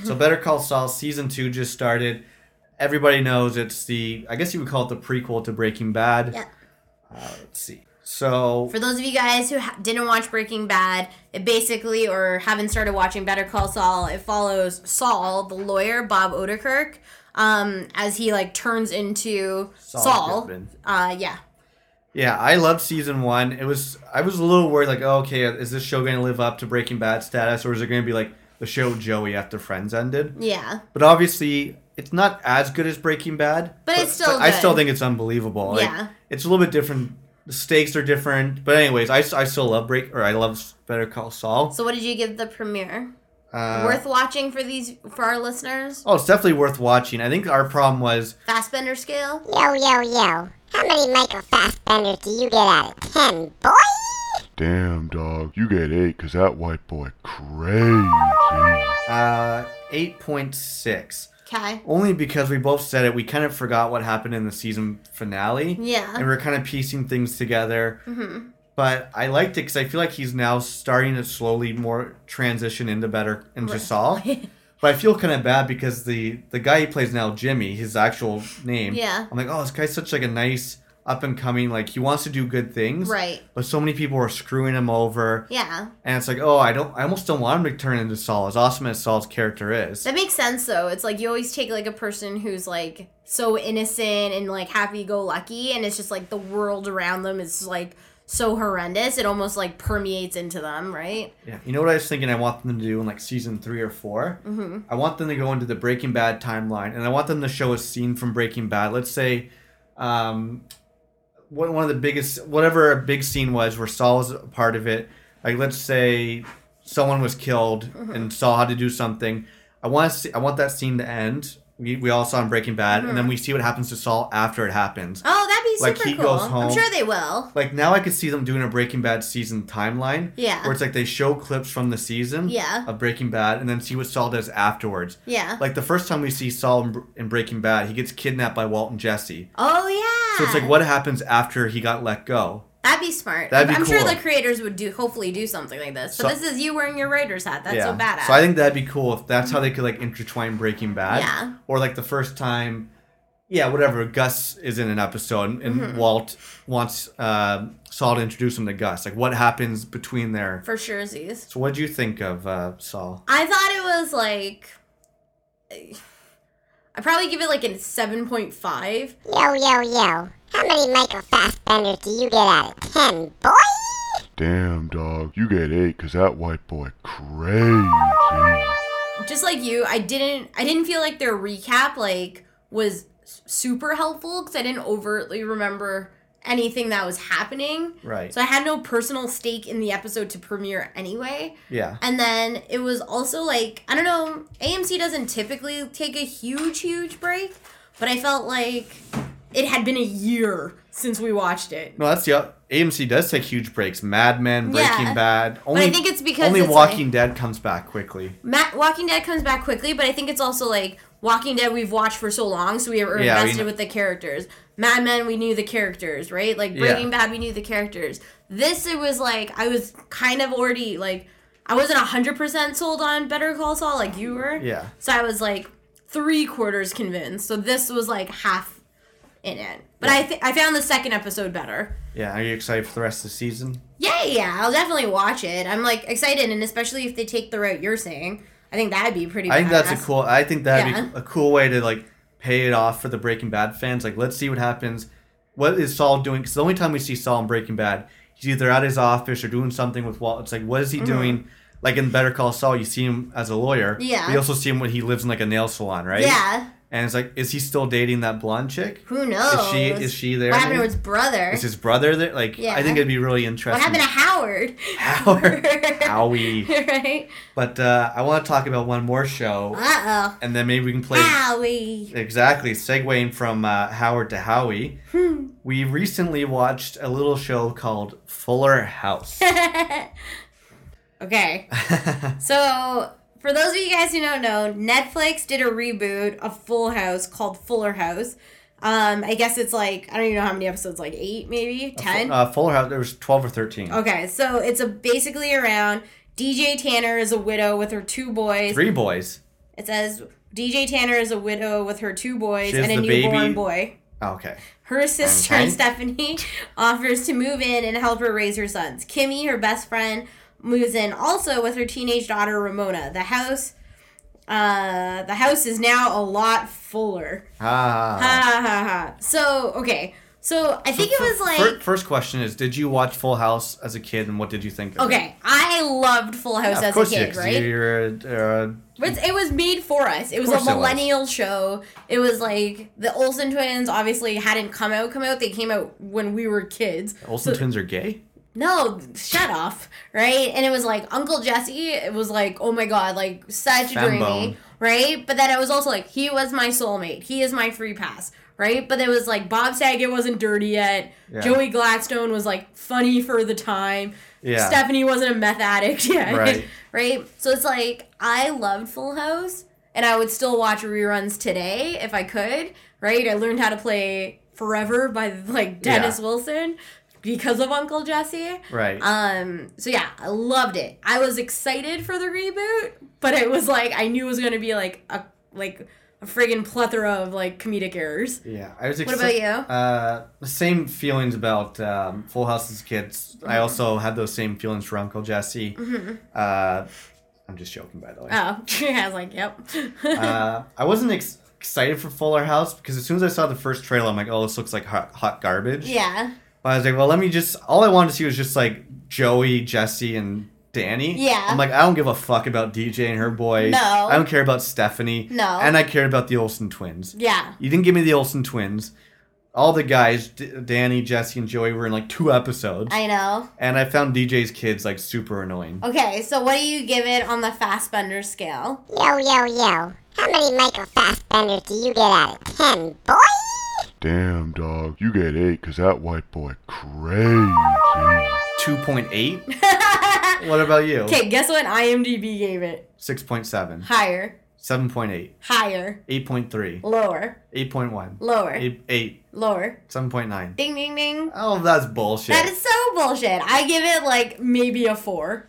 Speaker 3: So Better Call Saul season two just started. Everybody knows it's the I guess you would call it the prequel to Breaking Bad.
Speaker 2: Yeah.
Speaker 3: Uh, let's see. So
Speaker 2: For those of you guys who ha- didn't watch Breaking Bad, it basically or haven't started watching Better Call Saul, it follows Saul, the lawyer Bob Odenkirk, um, as he like turns into
Speaker 3: Saul
Speaker 2: Saul.
Speaker 3: Goodman.
Speaker 2: Uh, yeah.
Speaker 3: yeah, I loved season one. It was I was a little worried like, oh, okay, is this show going to live up to Breaking Bad status or is it going to be like the show Joey after Friends ended?
Speaker 2: Yeah.
Speaker 3: But obviously, it's not as good as Breaking Bad.
Speaker 2: But it's still
Speaker 3: I
Speaker 2: good.
Speaker 3: still think it's unbelievable. Like,
Speaker 2: Yeah.
Speaker 3: It's a little bit different. The stakes are different. But anyways, I, I still love Break or I love Better Call Saul.
Speaker 2: So what did you give the premiere?
Speaker 3: Uh,
Speaker 2: Worth watching for these for our listeners?
Speaker 3: Oh, it's definitely worth watching. I think our problem was
Speaker 2: Fastbender scale.
Speaker 8: Yo, yo, yo. How many Michael Fassbenders do you get out of 10, boy?
Speaker 6: Damn, dog. You get eight, 'cause that white boy crazy.
Speaker 3: uh, 8.6.
Speaker 2: Okay.
Speaker 3: Only because we both said it, we kind of forgot what happened in the season finale.
Speaker 2: Yeah.
Speaker 3: And we are kind of piecing things together. Mm-hmm. But I liked it because I feel like he's now starting to slowly more transition into better into Saul. but I feel kind of bad because the the guy he plays now, Jimmy, his actual name.
Speaker 2: Yeah.
Speaker 3: I'm like, oh, this guy's such like a nice up and coming. Like he wants to do good things.
Speaker 2: Right.
Speaker 3: But so many people are screwing him over.
Speaker 2: Yeah.
Speaker 3: And it's like, oh, I don't, I almost don't want him to turn into Saul, as awesome as Saul's character is.
Speaker 2: That makes sense though. It's like you always take like a person who's like so innocent and like happy go lucky and it's just like the world around them is like so horrendous it almost like permeates into them, right?
Speaker 3: Yeah. You know what I was thinking? I want them to do in like season three or 4 Mm-hmm. I want them to go into the Breaking Bad timeline, and I want them to show a scene from Breaking Bad. Let's say, um, one one of the biggest whatever a big scene was where Saul was a part of it. Like let's say someone was killed and Saul had to do something. I want to see, I want that scene to end. We, we all saw in Breaking Bad, and then we see what happens to Saul after it happens.
Speaker 2: Oh, that'd be
Speaker 3: Like,
Speaker 2: super
Speaker 3: he
Speaker 2: cool.
Speaker 3: goes
Speaker 2: I'm
Speaker 3: home.
Speaker 2: sure they will.
Speaker 3: Like now, I could see them doing a Breaking Bad season timeline.
Speaker 2: Yeah.
Speaker 3: Where it's like they show clips from the season.
Speaker 2: Yeah.
Speaker 3: Of Breaking Bad, and then see what Saul does afterwards.
Speaker 2: Yeah.
Speaker 3: Like the first time we see Saul in, Br- in Breaking Bad, he gets kidnapped by Walt and Jesse.
Speaker 2: oh yeah.
Speaker 3: So it's like, what happens after he got let go?
Speaker 2: That'd be smart.
Speaker 3: That'd be
Speaker 2: I'm sure
Speaker 3: cool.
Speaker 2: the creators would do hopefully do something like this. So,
Speaker 3: So-
Speaker 2: this is you wearing your writer's hat. That's so badass.
Speaker 3: So I think that'd be cool if that's how they could like intertwine Breaking Bad.
Speaker 2: Yeah.
Speaker 3: Or like the first time, yeah, whatever. Gus is in an episode, and, and
Speaker 2: Mm-hmm.
Speaker 3: Walt wants uh, Saul to introduce him to Gus. Like, what happens between there?
Speaker 2: for sure, Z's.
Speaker 3: So what do you think of uh, Saul?
Speaker 2: I thought it was like. I probably give it like a seven point five.
Speaker 8: Yo, yo, yo. How many Michael Fassbenders do you get out of 10, boy?
Speaker 6: Damn, dog. You get eight, 'cause that white boy crazy.
Speaker 2: Just like you, I didn't. I didn't feel like their recap like was s- super helpful because I didn't overtly remember anything that was happening.
Speaker 3: Right.
Speaker 2: So I had no personal stake in the episode to premiere anyway.
Speaker 3: Yeah.
Speaker 2: And then it was also like, I don't know, AMC doesn't typically take a huge, huge break, but I felt like it had been a year since we watched it.
Speaker 3: No, that's the AMC does take huge breaks. Mad Men, Breaking
Speaker 2: Yeah.
Speaker 3: Bad. Only
Speaker 2: think it's because
Speaker 3: only
Speaker 2: it's
Speaker 3: Walking Dead comes back quickly.
Speaker 2: Ma- Walking Dead comes back quickly, but I think it's also like Walking Dead we've watched for so long, so we were
Speaker 3: Yeah, we
Speaker 2: invested
Speaker 3: kn-
Speaker 2: with the characters. Mad Men, we knew the characters, right? Like Breaking Bad, we knew the characters. This, it was like I was kind of already like I wasn't hundred percent sold on Better Call Saul, like you were.
Speaker 3: Yeah.
Speaker 2: So I was like three quarters convinced. So this was like half in it. But I th- I found the second episode better.
Speaker 3: Yeah. Are you excited for the rest of the season?
Speaker 2: Yeah, yeah, I'll definitely watch it. I'm like excited, and especially if they take the route you're saying, I think that'd be pretty.
Speaker 3: I think that's
Speaker 2: badass.
Speaker 3: a cool. I think that'd
Speaker 2: Yeah.
Speaker 3: be a cool way to like pay it off for the Breaking Bad fans. Like, let's see what happens. What is Saul doing? Because the only time we see Saul in Breaking Bad, he's either at his office or doing something with Walt. It's like, what is
Speaker 2: Mm-hmm.
Speaker 3: he doing? Like in Better Call Saul, you see him as a lawyer.
Speaker 2: Yeah.
Speaker 3: We also see him when he lives in like a nail salon, right?
Speaker 2: Yeah.
Speaker 3: And it's like, is he still dating that blonde chick?
Speaker 2: Who knows?
Speaker 3: Is she is she there?
Speaker 2: What happened to
Speaker 3: maybe?
Speaker 2: his brother?
Speaker 3: Is his brother there? Like,
Speaker 2: Yeah.
Speaker 3: I think it'd be really interesting.
Speaker 2: what happened to Howard?
Speaker 3: Howard? Howie.
Speaker 2: right?
Speaker 3: But uh, I want to talk about one more show,
Speaker 2: Uh oh.
Speaker 3: and then maybe we can play.
Speaker 2: Howie.
Speaker 3: Exactly. Segueing from uh, Howard to Howie,
Speaker 2: Hmm.
Speaker 3: we recently watched a little show called Fuller House.
Speaker 2: Okay. so, for those of you guys who don't know, Netflix did a reboot of Full House called Fuller House. Um, I guess it's like I don't even know how many episodes, like eight, maybe ten.
Speaker 3: uh, Fuller House. There was twelve or thirteen.
Speaker 2: Okay, so it's a basically around DJ Tanner is a widow with her two boys.
Speaker 3: Three boys.
Speaker 2: It says DJ Tanner is a widow with her two boys
Speaker 3: She has
Speaker 2: and a
Speaker 3: the baby.
Speaker 2: newborn boy.
Speaker 3: Ah, Okay.
Speaker 2: Her sister
Speaker 3: Okay.
Speaker 2: Stephanie offers to move in and help her raise her sons. Kimmy, her best friend, moves in also with her teenage daughter Ramona. The house, uh, the house is now a lot fuller.
Speaker 3: Ah.
Speaker 2: Ha ha ha. So okay, so I think it was like
Speaker 3: Fir- first question is: Did you watch Full House as a kid, and what did you think? Of
Speaker 2: okay. I loved Full
Speaker 3: It?
Speaker 2: House
Speaker 3: Of
Speaker 2: as a
Speaker 3: course
Speaker 2: kid,
Speaker 3: you did, 'cause
Speaker 2: right?
Speaker 3: You're, a- uh,
Speaker 2: But it was made for us. It was a
Speaker 3: course it was.
Speaker 2: millennial show. It was like the Olsen twins obviously hadn't come out, come out. They came out when we were kids.
Speaker 3: Olsen twins are gay.
Speaker 2: No, shut off, right? And it was like Uncle Jesse. It was like, oh my god, like such a
Speaker 3: Fembone.
Speaker 2: dreamy, right? But then it was also like he was my soulmate. He is my free pass, right? But it was like Bob Saget wasn't dirty yet. Joey Gladstone was like funny for the time.
Speaker 3: Yeah.
Speaker 2: Stephanie wasn't a meth addict yet,
Speaker 3: Right.
Speaker 2: right? So it's like I loved Full House, and I would still watch reruns today if I could, right? I learned how to play Forever by like Dennis
Speaker 3: Yeah.
Speaker 2: Wilson because of Uncle Jesse.
Speaker 3: Right.
Speaker 2: Um, so yeah, I loved it. I was excited for the reboot, but it was like I knew it was gonna be like a like a friggin' plethora of like comedic errors.
Speaker 3: Yeah, I was. Exci-
Speaker 2: about you?
Speaker 3: Uh, the same feelings about um, Full House's kids.
Speaker 2: Mm-hmm.
Speaker 3: I also had those same feelings for Uncle Jesse. Uh, I'm just joking, by the way.
Speaker 2: Oh, I was like, yep.
Speaker 3: Uh, I wasn't ex- excited for Fuller House because as soon as I saw the first trailer, I'm like, oh, this looks like hot, hot garbage.
Speaker 2: yeah,
Speaker 3: But I was like, well, let me just. All I wanted to see was just like Joey, Jesse, and Danny.
Speaker 2: Yeah.
Speaker 3: I'm like, I don't give a fuck about DJ and her boy.
Speaker 2: No.
Speaker 3: I don't care about Stephanie.
Speaker 2: No.
Speaker 3: And I cared about the Olsen twins.
Speaker 2: yeah.
Speaker 3: You didn't give me the Olsen twins. all the guys, D- Danny, Jesse, and Joey, were in like two episodes,
Speaker 2: I know.
Speaker 3: and I found DJ's kids like super annoying.
Speaker 2: Okay, so what do you give it on the Fastbender scale?
Speaker 8: Yo, yo, yo. How many Michael Fassbenders do you get out of 10, boy?
Speaker 6: Damn, dog. You get eight, 'cause that white boy crazy.
Speaker 3: Two point eight. what about you?
Speaker 2: Okay, guess what IMDb gave it?
Speaker 3: Six point seven.
Speaker 2: Higher,
Speaker 3: Seven point eight.
Speaker 2: higher,
Speaker 3: 8.3,
Speaker 2: lower,
Speaker 3: 8.1,
Speaker 2: Lower.
Speaker 3: 8, 8
Speaker 2: lower.
Speaker 3: 7.9.
Speaker 2: Ding, ding, ding.
Speaker 3: Oh, that's bullshit.
Speaker 2: That is so bullshit. I give it like maybe a four.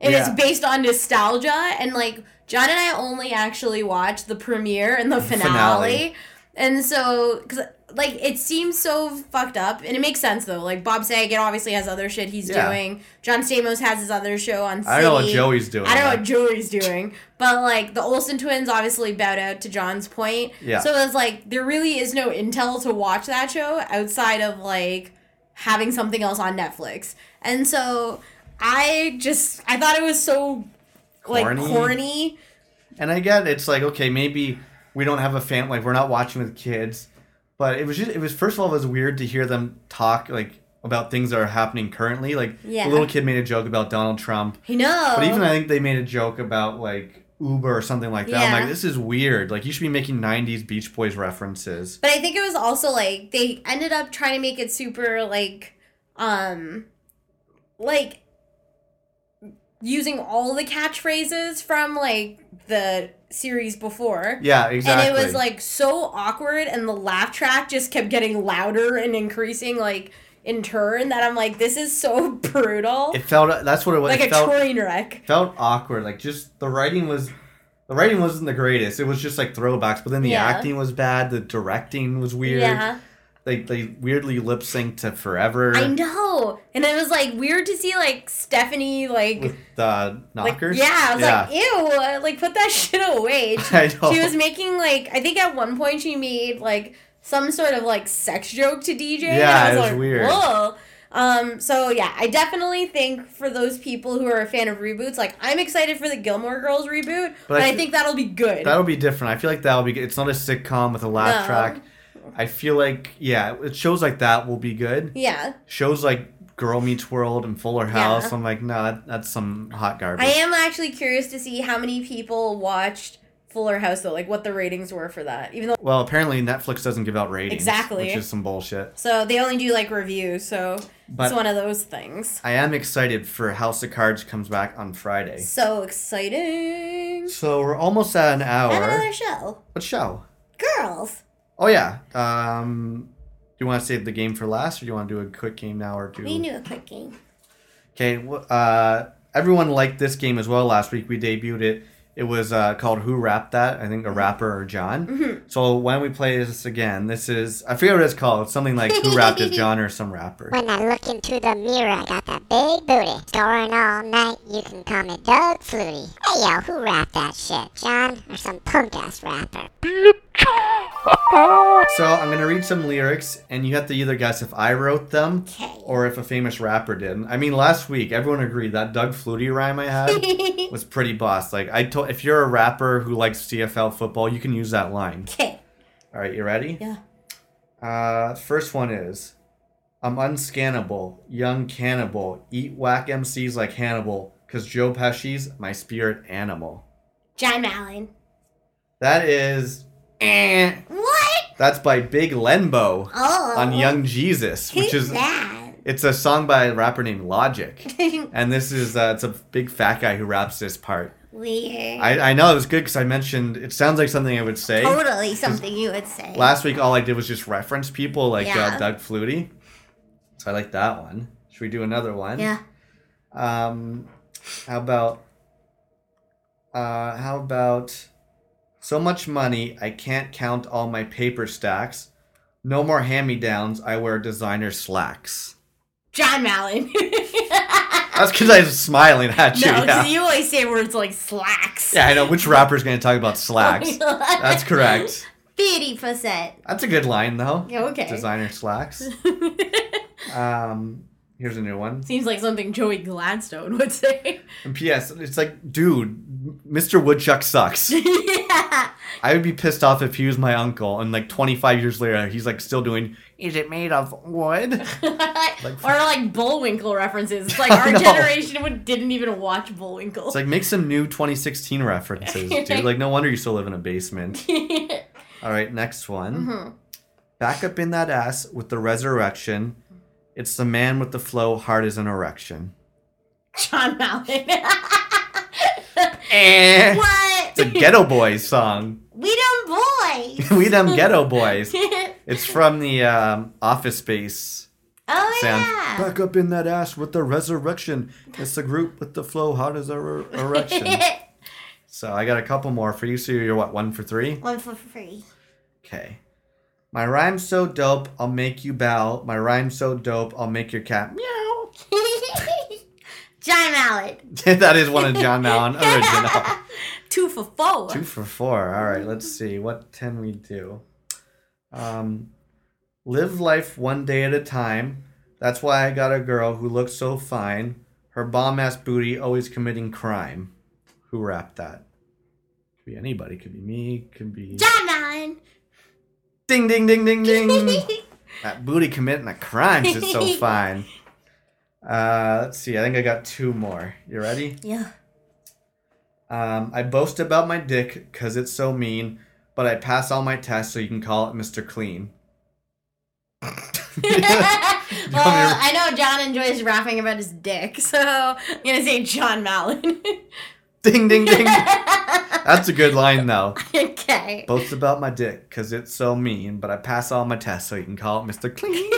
Speaker 2: And
Speaker 3: Yeah.
Speaker 2: it's based on nostalgia and like John and I only actually watched the premiere and the finale.
Speaker 3: finale.
Speaker 2: And so cuz like it seems so fucked up and it makes sense though. Like Bob Saget obviously has other shit he's
Speaker 3: Yeah.
Speaker 2: doing. John Stamos has his other show on City.
Speaker 3: I don't know what Joey's doing.
Speaker 2: I don't know what Joey's doing, but like the Olsen twins obviously bowed out to John's point.
Speaker 3: Yeah.
Speaker 2: So it's like there really is no intel to watch that show outside of like having something else on Netflix. And so I just I thought it was so like
Speaker 3: Corny.
Speaker 2: corny.
Speaker 3: and I get it's like okay, maybe we don't have a fan like we're not watching with kids, but it was just it was first of all it was weird to hear them talk like about things that are happening currently. Like
Speaker 2: Yeah.
Speaker 3: the little kid made a joke about Donald Trump,
Speaker 2: You know.
Speaker 3: but even I think they made a joke about like Uber or something like that. I'm
Speaker 2: Yeah.
Speaker 3: like, this is weird. Like you should be making '90s Beach Boys references.
Speaker 2: But I think it was also like they ended up trying to make it super like um like using all the catchphrases from like the series before.
Speaker 3: Yeah, exactly.
Speaker 2: And it was like so awkward and the laugh track just kept getting louder and increasing like in turn that I'm like this is so brutal.
Speaker 3: it felt that's what it was.
Speaker 2: like
Speaker 3: it
Speaker 2: a
Speaker 3: felt,
Speaker 2: train wreck.
Speaker 3: felt awkward. Like just the writing was, the writing wasn't the greatest. It was just like throwbacks. But then the
Speaker 2: Yeah.
Speaker 3: acting was bad. The directing was weird.
Speaker 2: Yeah.
Speaker 3: They they weirdly lip synced to Forever
Speaker 2: I know. And it was like weird to see like Stephanie like
Speaker 3: with the knockers.
Speaker 2: Like, yeah, I was like, ew, uh, like put that shit away. She,
Speaker 3: I know.
Speaker 2: she was making like I think at one point she made like some sort of like sex joke to DJ. and
Speaker 3: Yeah,
Speaker 2: I
Speaker 3: it
Speaker 2: was
Speaker 3: was
Speaker 2: like,
Speaker 3: weird.
Speaker 2: Whoa. Um, so yeah, I definitely think for those people who are a fan of reboots, like I'm excited for the Gilmore Girls reboot, but,
Speaker 3: I
Speaker 2: I,
Speaker 3: fe-
Speaker 2: think that'll be good.
Speaker 3: That'll be different. I feel like that'll be. good. It's not a sitcom with a laugh
Speaker 2: No.
Speaker 3: track. I feel like yeah, it shows like that will be good.
Speaker 2: yeah.
Speaker 3: Shows like Girl Meets World and Fuller House.
Speaker 2: Yeah.
Speaker 3: I'm like, no, that, that's some hot garbage.
Speaker 2: I am actually curious to see how many people watched Fuller House though, like what the ratings were for that. Even though
Speaker 3: Well, apparently Netflix doesn't give out ratings.
Speaker 2: Exactly.
Speaker 3: Which is some bullshit.
Speaker 2: so they only do like reviews, so
Speaker 3: But-
Speaker 2: it's one of those things.
Speaker 3: I am excited for House of Cards comes back on Friday.
Speaker 2: So exciting.
Speaker 3: So we're almost at an
Speaker 2: I have another
Speaker 3: hour.
Speaker 2: show.
Speaker 3: What show?
Speaker 2: Girls.
Speaker 3: Oh yeah. Um, do you want to save the game for last, or do you want to do a quick game now, or do?
Speaker 2: We knew a quick game.
Speaker 3: Okay. wh- Uh, everyone liked this game as well. Last week we debuted it. It was uh, called Who Wrapped That? I think a rapper or John. So why don't we play this again? This is I forget what it's called. It's something like Who Wrapped It, John, or some rapper.
Speaker 8: When I look into the mirror, I got that big booty. Scoring all night, you can call me Doug Flutie. Hey yo, who rapped that shit? John or some punk ass rapper?
Speaker 3: So I'm gonna read some lyrics, and you have to either guess if I wrote them
Speaker 2: Okay.
Speaker 3: or if a famous rapper did. I mean, last week everyone agreed that Doug Flutie rhyme I had
Speaker 2: okay.
Speaker 3: was pretty boss. Like I told, if you're a rapper who likes CFL football, you can use that line. All right, you ready?
Speaker 2: Yeah.
Speaker 3: Uh, first one is, I'm unscannable, young cannibal, eat whack MCs like Hannibal, cause Joe Pesci's my spirit animal.
Speaker 2: John Mallon.
Speaker 3: That is, eh.
Speaker 2: What?
Speaker 3: that's by Big Lenbo
Speaker 2: Oh.
Speaker 3: on Young Jesus,
Speaker 2: Who's
Speaker 3: Uh, which is
Speaker 2: that?
Speaker 3: It's a song by a rapper named Logic, and this is uh, it's a big fat guy who raps this part.
Speaker 2: Weird.
Speaker 3: I, I know it was good because I mentioned it sounds like something I would say.
Speaker 2: totally something you would say.
Speaker 3: Last week, all I did was just reference people like uh,
Speaker 2: Yeah.
Speaker 3: Doug Flutie, so I like that one. Should we do another one?
Speaker 2: yeah.
Speaker 3: Um, how about uh, how about so much money I can't count all my paper stacks. No more hand me downs. I wear designer slacks.
Speaker 2: John Mallon.
Speaker 3: That's because I was smiling at you.
Speaker 2: no,
Speaker 3: yeah.
Speaker 2: because you always say words like slacks.
Speaker 3: Yeah, I know. Which rapper's going to talk about slacks? That's correct.
Speaker 2: Fifty percent.
Speaker 3: That's a good line, though.
Speaker 2: Yeah, okay.
Speaker 3: Designer slacks. um, here's a new one.
Speaker 2: Seems like something Joey Gladstone would say.
Speaker 3: And P.S. It's like, dude, Mr. Woodchuck sucks.
Speaker 2: yeah.
Speaker 3: I would be pissed off if he was my uncle and like 25 years later he's like still doing is it made of wood?
Speaker 7: or like Bullwinkle references. It's like our
Speaker 3: know.
Speaker 7: generation would, didn't even watch Bullwinkle.
Speaker 3: It's like make some new 2016 references, dude. Like no wonder you still live in a basement. All right, next one.
Speaker 2: Mm-hmm.
Speaker 3: Back up in that ass with the resurrection. It's the man with the flow hard as an erection.
Speaker 7: John Mallon.
Speaker 3: Eh.
Speaker 2: What?
Speaker 3: It's a ghetto boys song.
Speaker 2: We don't boys.
Speaker 3: we them ghetto boys. It's from the um, Office Space
Speaker 2: Oh
Speaker 3: sound.
Speaker 2: yeah.
Speaker 3: Back up in that ass with the resurrection. It's the group with the flow hard as an erection. so I got a couple more for you. So you're what one for three?
Speaker 2: One for free.
Speaker 3: Okay. My rhyme's so dope, I'll make you bow. My rhyme's so dope, I'll make your cat meow.
Speaker 2: John Mallet.
Speaker 3: that is one of John Allen original.
Speaker 7: Two for four.
Speaker 3: Two for four. All right, let's see. What can we do? Um, live life one day at a time. That's why I got a girl who looks so fine. Her bomb ass booty always committing crime. Who rapped that? Could be anybody. Could be me. Could be.
Speaker 2: John Mallet.
Speaker 3: Ding ding ding ding ding. that booty committing a crime is so fine. Uh, let's see. I think I got two more. You ready?
Speaker 2: yeah.
Speaker 3: Um, I boast about my dick because it's so mean, but I pass all my tests so you can call it Mr. Clean.
Speaker 7: well, I know John enjoys rapping about his dick, so I'm gonna say John Mallon.
Speaker 3: Ding, ding, ding. That's a good line, though.
Speaker 7: okay.
Speaker 3: Boast about my dick because it's so mean, but I pass all my tests so you can call it Mr. Clean.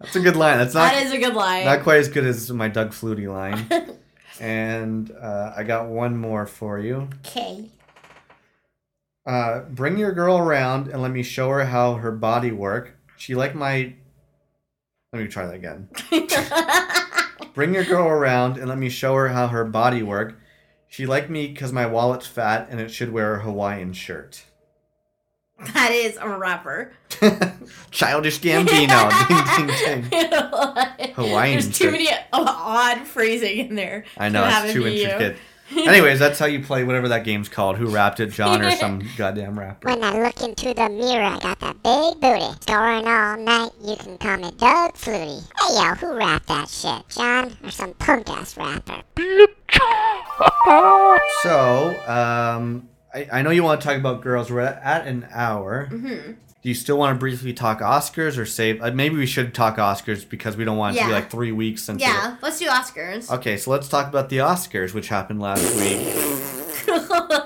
Speaker 3: That's a good line. That's not,
Speaker 7: That is a good line.
Speaker 3: not quite as good as my Doug Flutie line. and uh, I got one more for you.
Speaker 2: Okay.
Speaker 3: uh, bring your girl around and let me show her how her body work. She like my. Let me try that again. bring your girl around and let me show her how her body work. She like me because my wallet's fat and it should wear a Hawaiian shirt.
Speaker 7: that is a rapper.
Speaker 3: Childish Gambino. ding, ding, ding. Hawaiian
Speaker 7: There's too
Speaker 3: shirt.
Speaker 7: many odd phrasing in there.
Speaker 3: I
Speaker 7: to
Speaker 3: know
Speaker 7: have
Speaker 3: it's
Speaker 7: it
Speaker 3: too
Speaker 7: be you.
Speaker 3: intricate. Anyways, that's how you play whatever that game's called. Who rapped it, John or some goddamn rapper?
Speaker 8: When I look into the mirror, I got that big booty. Scoring all night, you can call me Doug Flutie. Hey yo, who rapped that shit? John or some punk ass rapper?
Speaker 3: So, um, I, I know you want to talk about girls. We're at an hour. Do you still want to briefly talk Oscars or save? Uh, maybe we should talk Oscars because we don't want it to be
Speaker 2: Yeah.
Speaker 3: like three weeks since. we-
Speaker 2: Yeah. Let's do Oscars.
Speaker 3: Okay, so let's talk about the Oscars, which happened last week.
Speaker 2: so
Speaker 3: Oh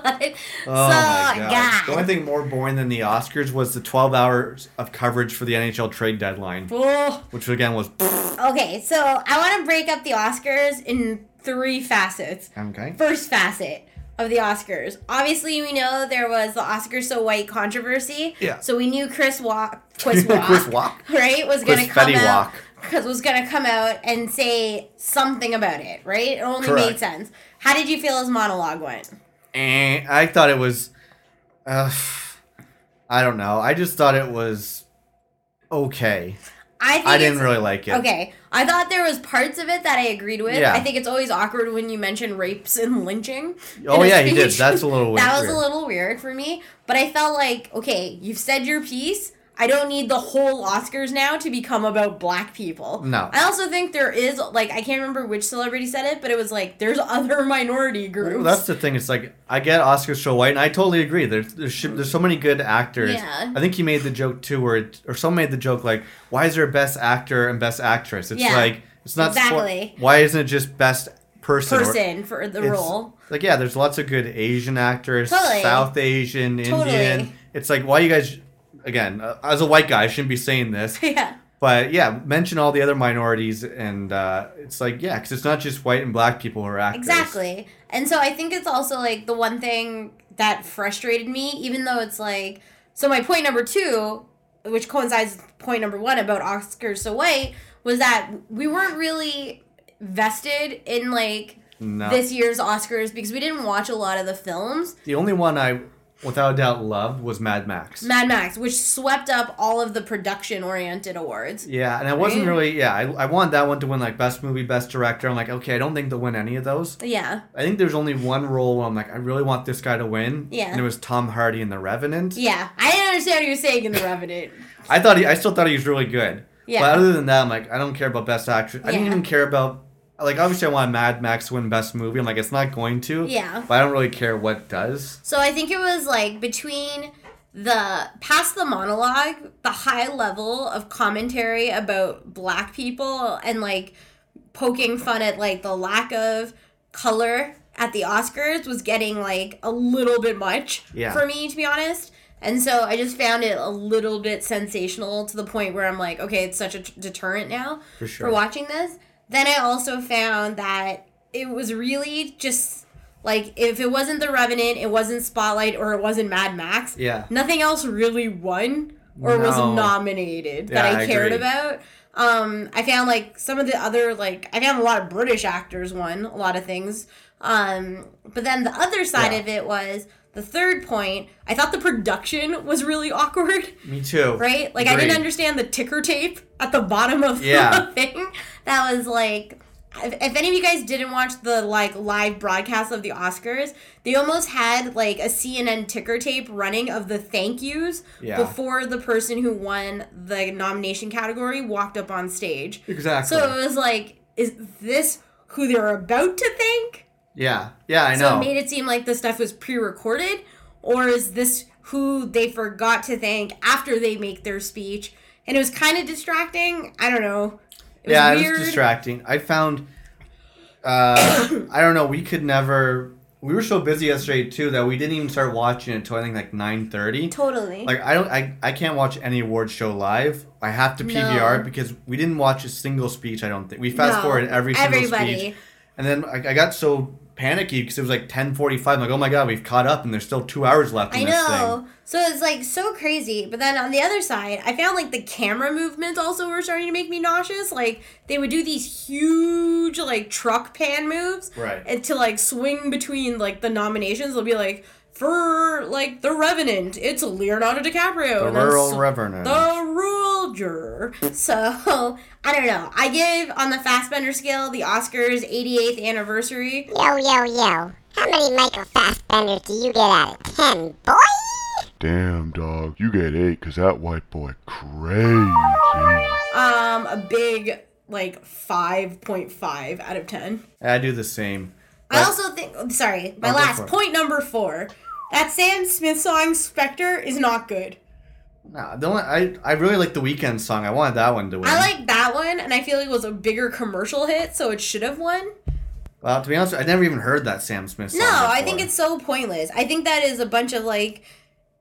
Speaker 3: my
Speaker 2: God.
Speaker 3: god! The only thing more boring than the Oscars was the 12 hours of coverage for the NHL trade deadline,
Speaker 7: Oh,
Speaker 3: which again was
Speaker 2: Okay, so I want to break up the Oscars in three facets.
Speaker 3: okay.
Speaker 2: First facet of the Oscars. Obviously, we know there was the Oscars so white controversy.
Speaker 3: Yeah.
Speaker 2: So we knew Chris Walk, Chris Walk,
Speaker 3: Chris Walk.
Speaker 2: right, was
Speaker 3: Chris
Speaker 2: going to come
Speaker 3: Fetty
Speaker 2: out
Speaker 3: Walk.
Speaker 2: because was going to come out and say something about it, right? It only
Speaker 3: Correct.
Speaker 2: made sense. How did you feel his monologue went?
Speaker 3: Eh, I thought it was. Uh, I don't know. I just thought it was okay.
Speaker 2: I think
Speaker 3: I didn't
Speaker 2: it's-
Speaker 3: really like it.
Speaker 2: Okay, I thought there was parts of it that I agreed with.
Speaker 3: Yeah.
Speaker 2: I think it's always awkward when you mention rapes and lynching.
Speaker 3: Oh
Speaker 2: in a
Speaker 3: yeah, he did.
Speaker 2: speech.
Speaker 3: That's a little weird.
Speaker 2: that was a little weird for me, but I felt like okay, you've said your piece. I don't need the whole Oscars now to become about black people.
Speaker 3: No.
Speaker 2: I also think there is like I can't remember which celebrity said it, but it was like there's other minority groups.
Speaker 3: Well, that's the thing. It's like I get Oscar so white, and I totally agree. There's there's, sh- there's so many good actors.
Speaker 2: Yeah.
Speaker 3: I think he made the joke too, where it, or someone made the joke like, why is there a best actor and best actress? It's
Speaker 2: Yeah.
Speaker 3: like it's not spo-
Speaker 2: Exactly.
Speaker 3: why isn't it just best person? or-
Speaker 2: person for the
Speaker 3: it's-
Speaker 2: role.
Speaker 3: Like yeah, there's lots of good Asian actors,
Speaker 2: Totally.
Speaker 3: South Asian,
Speaker 2: Totally.
Speaker 3: Indian. It's like why you guys again uh, as a white guy I shouldn't be saying this.
Speaker 2: Yeah.
Speaker 3: But yeah, mention all the other minorities, and uh, it's like yeah, because it's not just white and black people who are actors.
Speaker 2: Exactly. And so I think it's also like the one thing that frustrated me, even though it's like so my point number two, which coincides with point number one about Oscars so white, was that we weren't really vested in like
Speaker 3: No.
Speaker 2: this year's Oscars because we didn't watch a lot of the films.
Speaker 3: The only one I without a doubt loved was Mad Max.
Speaker 2: Mad Max, which swept up all of the production oriented awards.
Speaker 3: yeah, and I wasn't really. Yeah, I, I wanted that one to win like best movie, best director. I'm like, okay, I don't think they'll win any of those.
Speaker 2: Yeah.
Speaker 3: I think there's only one role where I'm like, I really want this guy to win.
Speaker 2: Yeah.
Speaker 3: And it was Tom Hardy in The Revenant.
Speaker 2: Yeah. I didn't understand what you were saying in The Revenant.
Speaker 3: I thought he, I still thought he was really good.
Speaker 2: Yeah.
Speaker 3: But other than that, I'm like, I don't care about best actress. I didn't
Speaker 2: Yeah.
Speaker 3: even care about like obviously I want Mad Max to win best movie. I'm like, it's not going to.
Speaker 2: Yeah.
Speaker 3: But I don't really care what does.
Speaker 2: So I think it was like between the past the monologue, the high level of commentary about black people and like poking fun at like the lack of color at the Oscars was getting like a little bit much
Speaker 3: Yeah.
Speaker 2: for me to be honest. And so I just found it a little bit sensational to the point where I'm like, okay, it's such a t- deterrent now
Speaker 3: For sure.
Speaker 2: for watching this. Then I also found that it was really just like if it wasn't The Revenant, it wasn't Spotlight, or it wasn't Mad Max.
Speaker 3: Yeah.
Speaker 2: Nothing else really won or was
Speaker 3: No.
Speaker 2: nominated
Speaker 3: Yeah,
Speaker 2: that I,
Speaker 3: I
Speaker 2: cared
Speaker 3: agree.
Speaker 2: about. Um, I found like some of the other like I found a lot of British actors won a lot of things. Um, but then the other side
Speaker 3: Yeah.
Speaker 2: of it was the third point. I thought the production was really awkward
Speaker 3: Me too.
Speaker 2: right? Like I didn't
Speaker 3: Agreed.
Speaker 2: understand the ticker tape at the bottom of
Speaker 3: Yeah.
Speaker 2: the thing. That was like, if, if any of you guys didn't watch the like live broadcast of the Oscars, they almost had like a CNN ticker tape running of the thank yous
Speaker 3: Yeah.
Speaker 2: before the person who won the nomination category walked up on stage.
Speaker 3: Exactly.
Speaker 2: So it was like, is this who they're about to thank?
Speaker 3: yeah. Yeah, I
Speaker 2: So
Speaker 3: know.
Speaker 2: it made it seem like the stuff was pre-recorded, or is this who they forgot to thank after they make their speech? And it was kind of distracting. I don't know. It was
Speaker 3: yeah,
Speaker 2: weird.
Speaker 3: it was distracting. I found uh I don't know, we could never we were so busy yesterday too that we didn't even start watching it until I think like nine thirty.
Speaker 2: Totally.
Speaker 3: Like I don't I, I can't watch any award show live. I have to PVR
Speaker 2: No.
Speaker 3: because we didn't watch a single speech. I don't think we fast
Speaker 2: No.
Speaker 3: forward every single
Speaker 2: Everybody.
Speaker 3: speech. And then I, I got so panicky because it was like ten forty five. Like oh my god, we've caught up and there's still two hours left. In
Speaker 2: I
Speaker 3: this
Speaker 2: know.
Speaker 3: Thing.
Speaker 2: So it's like so crazy. But then on the other side, I found like the camera movements also were starting to make me nauseous. Like they would do these huge like truck pan moves.
Speaker 3: Right.
Speaker 2: And to like swing between like the nominations, they'll be like for like the Revenant, it's Leonardo DiCaprio.
Speaker 3: The
Speaker 2: and then
Speaker 3: rural
Speaker 2: s-
Speaker 3: reverend.
Speaker 2: The rural juror. So I don't know. I give on the Fastbender scale the Oscars 88th anniversary.
Speaker 8: Yo, yo, yo. How many Michael Fassbenders do you get out of 10, boy?
Speaker 6: Damn, dog. You get eight, 'cause that white boy crazy.
Speaker 2: um a big like 5.5 out of 10
Speaker 3: I do the same.
Speaker 2: i also think oh, sorry my
Speaker 3: Oh, go for
Speaker 2: last
Speaker 3: it.
Speaker 2: point number four that sam smith song spectre is not good
Speaker 3: Nah, the only, I I really like the weekend song. I wanted that one to win.
Speaker 2: i like that one and i feel it was a bigger commercial hit so it should have won
Speaker 3: Well, to be honest, I never even heard that Sam Smith song.
Speaker 2: no i
Speaker 3: before.
Speaker 2: think it's so pointless i think that is a bunch of like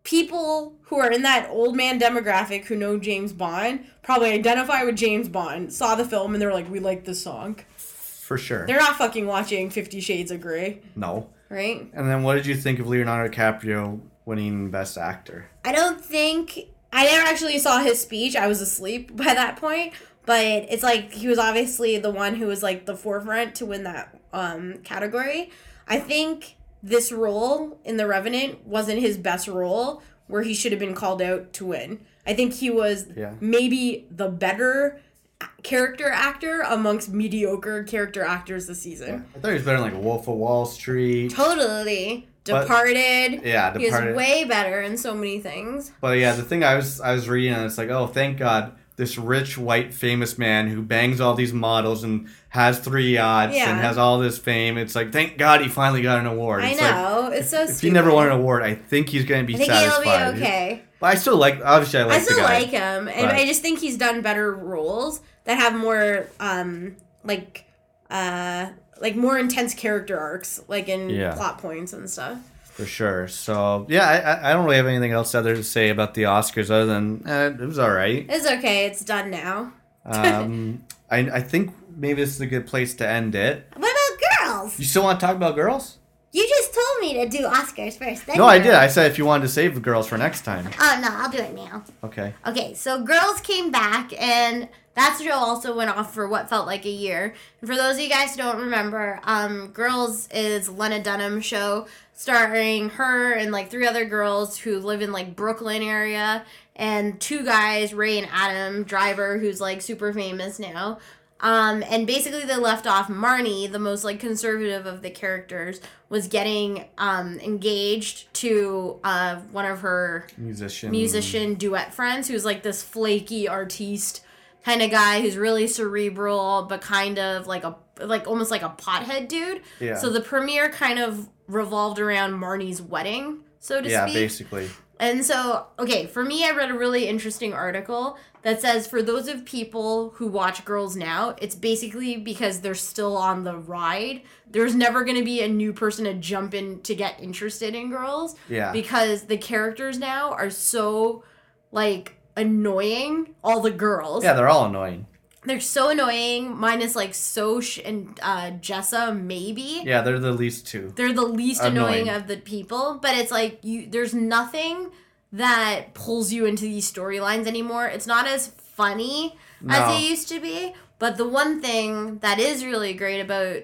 Speaker 2: people who are in that old man demographic who know james bond probably identify with james bond saw the film and they're like we like this song
Speaker 3: for sure.
Speaker 2: they're not fucking watching 50 shades of gray
Speaker 3: no.
Speaker 2: right
Speaker 3: And then, what did you think of Leonardo DiCaprio winning Best Actor?
Speaker 2: I don't think I never actually saw his speech. I was asleep by that point. But it's like he was obviously the one who was like the forefront to win that um, category. I think this role in The Revenant wasn't his best role where he should have been called out to win. I think he was
Speaker 3: Yeah.
Speaker 2: maybe the better a- character actor amongst mediocre character actors this season.
Speaker 3: I thought he was better than like Wolf of Wall Street.
Speaker 2: Totally.
Speaker 3: But-
Speaker 2: Departed.
Speaker 3: Yeah,
Speaker 2: He was
Speaker 3: Departed.
Speaker 2: way better in so many things.
Speaker 3: But yeah, the thing I was I was reading, and it's like, oh, thank God, this rich white famous man who bangs all these models and has three yachts
Speaker 2: Yeah.
Speaker 3: and has all this fame. It's like, thank God he finally got an award.
Speaker 2: I
Speaker 3: It's like,
Speaker 2: know. it's so
Speaker 3: if he never
Speaker 2: stupid.
Speaker 3: won an award, I think he's gonna be
Speaker 2: I think
Speaker 3: satisfied.
Speaker 2: he'll be okay.
Speaker 3: But I still like. Obviously, I like
Speaker 2: I
Speaker 3: the
Speaker 2: still
Speaker 3: guy.
Speaker 2: like him, and
Speaker 3: Right.
Speaker 2: I just think he's done better roles that have more, um, like, uh, like more intense character arcs, like in
Speaker 3: Yeah.
Speaker 2: plot points and stuff.
Speaker 3: For sure. So yeah, I, I- I don't really have anything else other to say about the Oscars other than eh, it was all right.
Speaker 2: It's okay. It's done now.
Speaker 3: Um, I I think maybe this is a good place to end it.
Speaker 2: What about girls?
Speaker 3: You still want to talk about girls?
Speaker 2: You just told me to do Oscars first. then
Speaker 3: No, I
Speaker 2: girls.
Speaker 3: did. I said if you wanted to save the girls for next time.
Speaker 2: Oh no, I'll do it now.
Speaker 3: Okay.
Speaker 2: Okay, so girls came back, and That show also went off for what felt like a year. And for those of you guys who don't remember, um, Girls is Lena Dunham show starring her and like three other girls who live in like Brooklyn area and two guys, Ray and Adam Driver, who's like super famous now. Um, and basically, they left off Marnie, the most like conservative of the characters, was getting um, engaged to uh, one of her
Speaker 3: Musician.
Speaker 2: musician duet friends who's like this flaky artiste kind of guy who's really cerebral but kind of like a like almost like a pothead dude.
Speaker 3: Yeah.
Speaker 2: So the premiere kind of revolved around Marnie's wedding, so to
Speaker 3: Yeah,
Speaker 2: speak.
Speaker 3: basically.
Speaker 2: And so, okay, for me, I read a really interesting article that says for those of people who watch Girls Now, it's basically because they're still on the ride. There's never going to be a new person to jump in to get interested in girls.
Speaker 3: Yeah.
Speaker 2: Because the characters now are so, like, annoying. All the girls.
Speaker 3: Yeah, they're all annoying.
Speaker 2: They're so annoying, minus, like, Soch and uh, Jessa, maybe
Speaker 3: Yeah, they're the least two.
Speaker 2: they're the least
Speaker 3: Annoying.
Speaker 2: annoying. of the people but it's like you there's nothing that pulls you into these storylines anymore it's not as funny as
Speaker 3: No.
Speaker 2: they used to be but the one thing that is really great about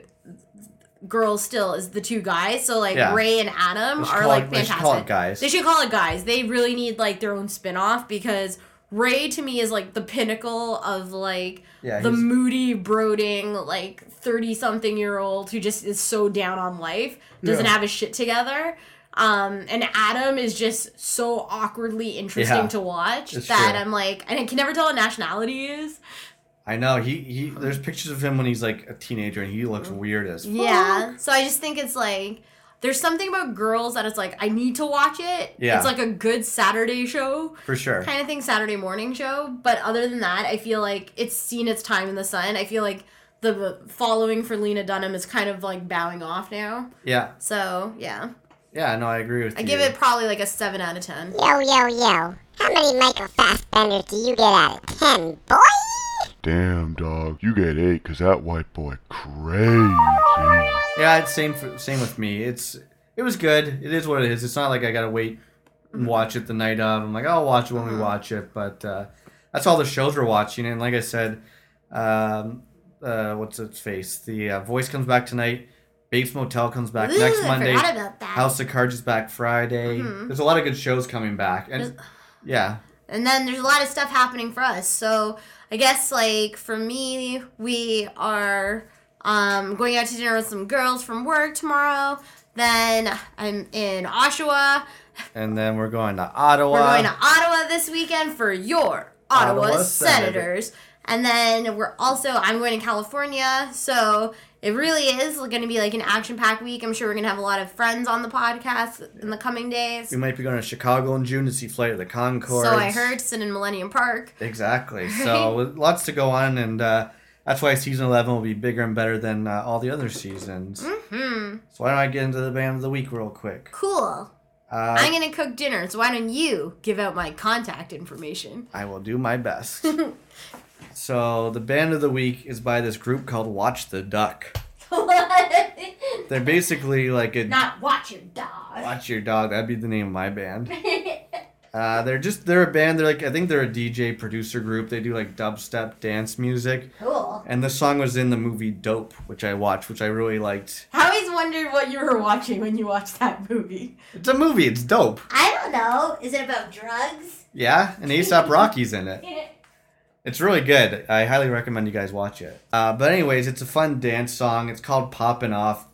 Speaker 2: girls still is the two guys so like
Speaker 3: Yeah.
Speaker 2: ray and adam
Speaker 3: should
Speaker 2: are
Speaker 3: call
Speaker 2: like
Speaker 3: it- they should
Speaker 2: fantastic
Speaker 3: call it guys.
Speaker 2: they should call it guys they really need like their own spin-off because ray to me is like the pinnacle of like
Speaker 3: Yeah,
Speaker 2: the
Speaker 3: he's-
Speaker 2: moody brooding like 30 something year old who just is so down on life doesn't
Speaker 3: Yeah.
Speaker 2: have his shit together um and adam is just so awkwardly interesting
Speaker 3: Yeah,
Speaker 2: to watch
Speaker 3: it's
Speaker 2: that
Speaker 3: true.
Speaker 2: i'm like and i can never tell what nationality he is
Speaker 3: I know. He he. There's pictures of him when he's like a teenager, and he looks weird as. f-
Speaker 2: Yeah. So I just think it's like there's something about girls that it's like I need to watch it.
Speaker 3: Yeah.
Speaker 2: It's like a good Saturday show
Speaker 3: For sure.
Speaker 2: kind of thing, Saturday morning show. But other than that, I feel like it's seen its time in the sun. I feel like the following for Lena Dunham is kind of like bowing off now.
Speaker 3: Yeah.
Speaker 2: So yeah,
Speaker 3: Yeah. No, I agree with
Speaker 2: I
Speaker 3: you.
Speaker 2: give it probably like a seven out of ten.
Speaker 8: Yo, yo, yo. How many Michael Fassbenders do you get out of 10, boy?
Speaker 6: Damn, dog. You get eight, 'cause that white boy crazy.
Speaker 3: Yeah, it's same for, same with me. It's it was good. It is what it is. It's not like I gotta wait
Speaker 2: Mm-hmm.
Speaker 3: and watch it the night of. I'm like, I'll watch it when we watch it. But uh, that's all the shows we're watching. And like I said, um, uh, what's its face? The uh, Voice comes back tonight. Bates Motel comes back
Speaker 2: Ooh,
Speaker 3: next
Speaker 2: I
Speaker 3: Monday.
Speaker 2: forgot about that. Mm-hmm.
Speaker 3: House of Cards is back Friday. There's a lot of good shows coming back. And yeah,
Speaker 2: And then there's a lot of stuff happening for us. So I guess like for me, we are um, going out to dinner with some girls from work tomorrow. Then I'm in Oshawa.
Speaker 3: and then we're going to Ottawa.
Speaker 2: We're going to Ottawa this weekend for your Ottawa,
Speaker 3: Ottawa
Speaker 2: Senators. And then we're also, I'm going to California. So it really is going to be like an action packed week. I'm sure we're going to have a lot of friends on the podcast in the coming days.
Speaker 3: we might be going to Chicago in June to see Flight of the Concords.
Speaker 2: So I heard, sit in Millennium Park.
Speaker 3: Exactly. So lots to go on, and uh, that's why season eleven will be bigger and better than uh, all the other seasons. Mm-hmm. So why don't I get into the band of the week real quick?
Speaker 2: Cool.
Speaker 3: Uh,
Speaker 2: I'm gonna cook dinner, so why don't you give out my contact information?
Speaker 3: I will do my best. so the band of the week is by this group called Watch the Duck. They're basically like a
Speaker 2: Not watch your dog.
Speaker 3: Watch Your Dog. That'd be the name of my band. Uh, they're just they're a band. They're like I think they're a DJ producer group. They do like dubstep dance music.
Speaker 2: Cool.
Speaker 3: And this song was in the movie Dope, which I watched, which I really liked.
Speaker 2: I always wondered what you were watching when you watched that movie.
Speaker 3: It's a movie. It's dope.
Speaker 2: I don't know. Is it about drugs?
Speaker 3: Yeah, and Aesop Rocky's in it. It's really good. I highly recommend you guys watch it. Uh, but anyways, it's a fun dance song. It's called Poppin' Off.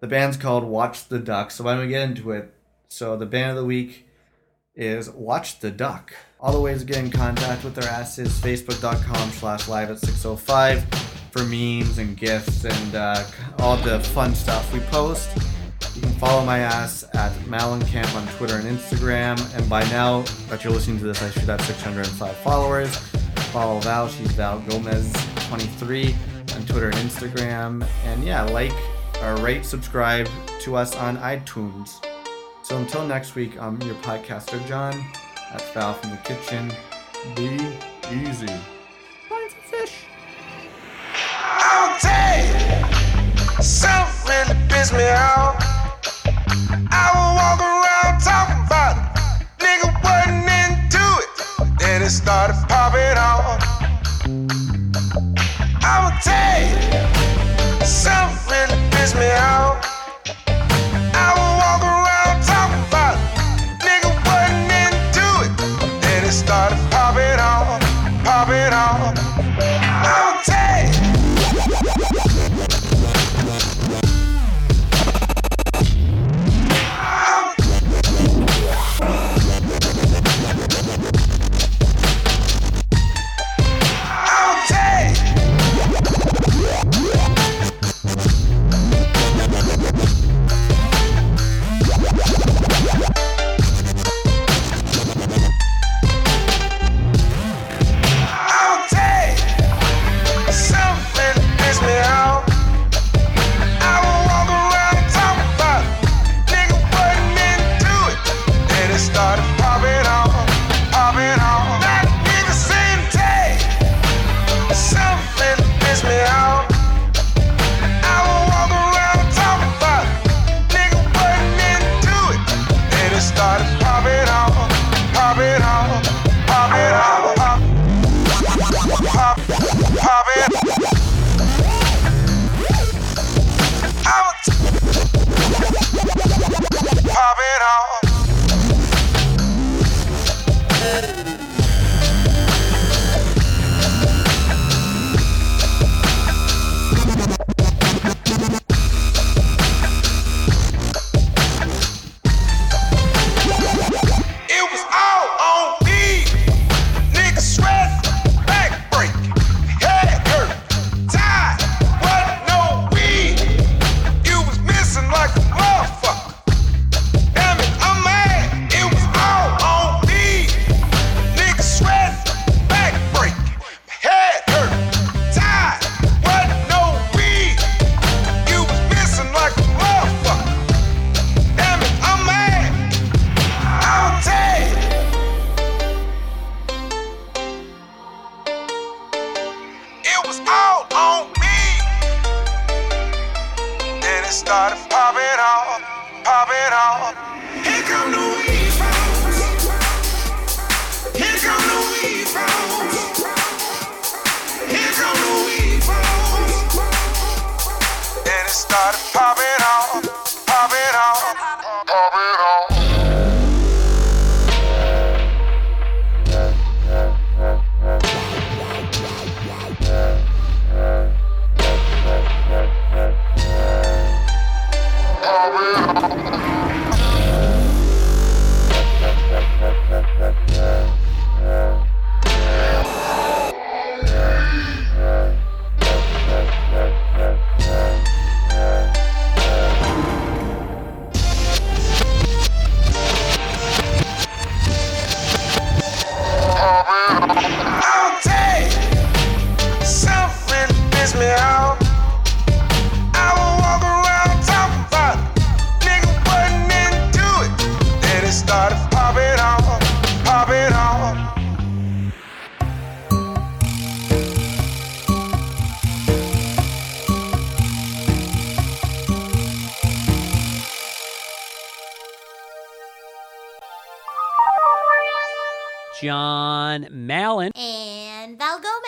Speaker 3: The band's called Watch the Duck. So why don't we get into it? So the band of the week is Watch the Duck. All the ways to get in contact with our ass is facebook.com slash live at 605 for memes and gifts and uh, all the fun stuff we post. You can follow my ass at Malincamp on Twitter and Instagram. And by now that you're listening to this, I should have 605 followers. Follow Val, she's Val Gomez23 on Twitter and Instagram. And yeah, like, or rate, subscribe to us on iTunes. So until next week, I'm your podcaster, John. That's Val from the kitchen. Be easy.
Speaker 9: I'll take something really piss me off. I will walk around talking about it. Nigga wasn't into it. Then it started popping off. I'ma tell you, something really pissed me off. I will walk around talking about it. nigga wasn't into it. Then it started popping off, popping off. I'ma tell you. I'ma tell you. I'll take something piss me off. I will walk around talking about nigga wasn't into it. Then it started popping off, popping off. That nigga said, take something piss me off. I will walk around talking about nigga wasn't into it. Then it started popping off, popping off, popping off. Pop- pop, pop it. I'ma t- pop it on. It was all on me. Nigga sweat, back break, head hurt, tired, wasn't no weed. You was missing like a motherfucker. Damn it, I'm mad. It was all on me. Nigga sweat, back break, head hurt, tired, wasn't no weed. You was missing like a motherfucker. Damn it, I'm mad. I'll take. It was all on me. Then it started popping off, popping off. Here come the weed folks. Here come the weed folks. Here come the weed folks. Then it started popping off, popping off, popping off. I'll take something piss me off. I will walk around talking about it. nigga wasn't into it. Then it started popping off, popping off.
Speaker 4: John Mallon,
Speaker 2: And Val Gomez.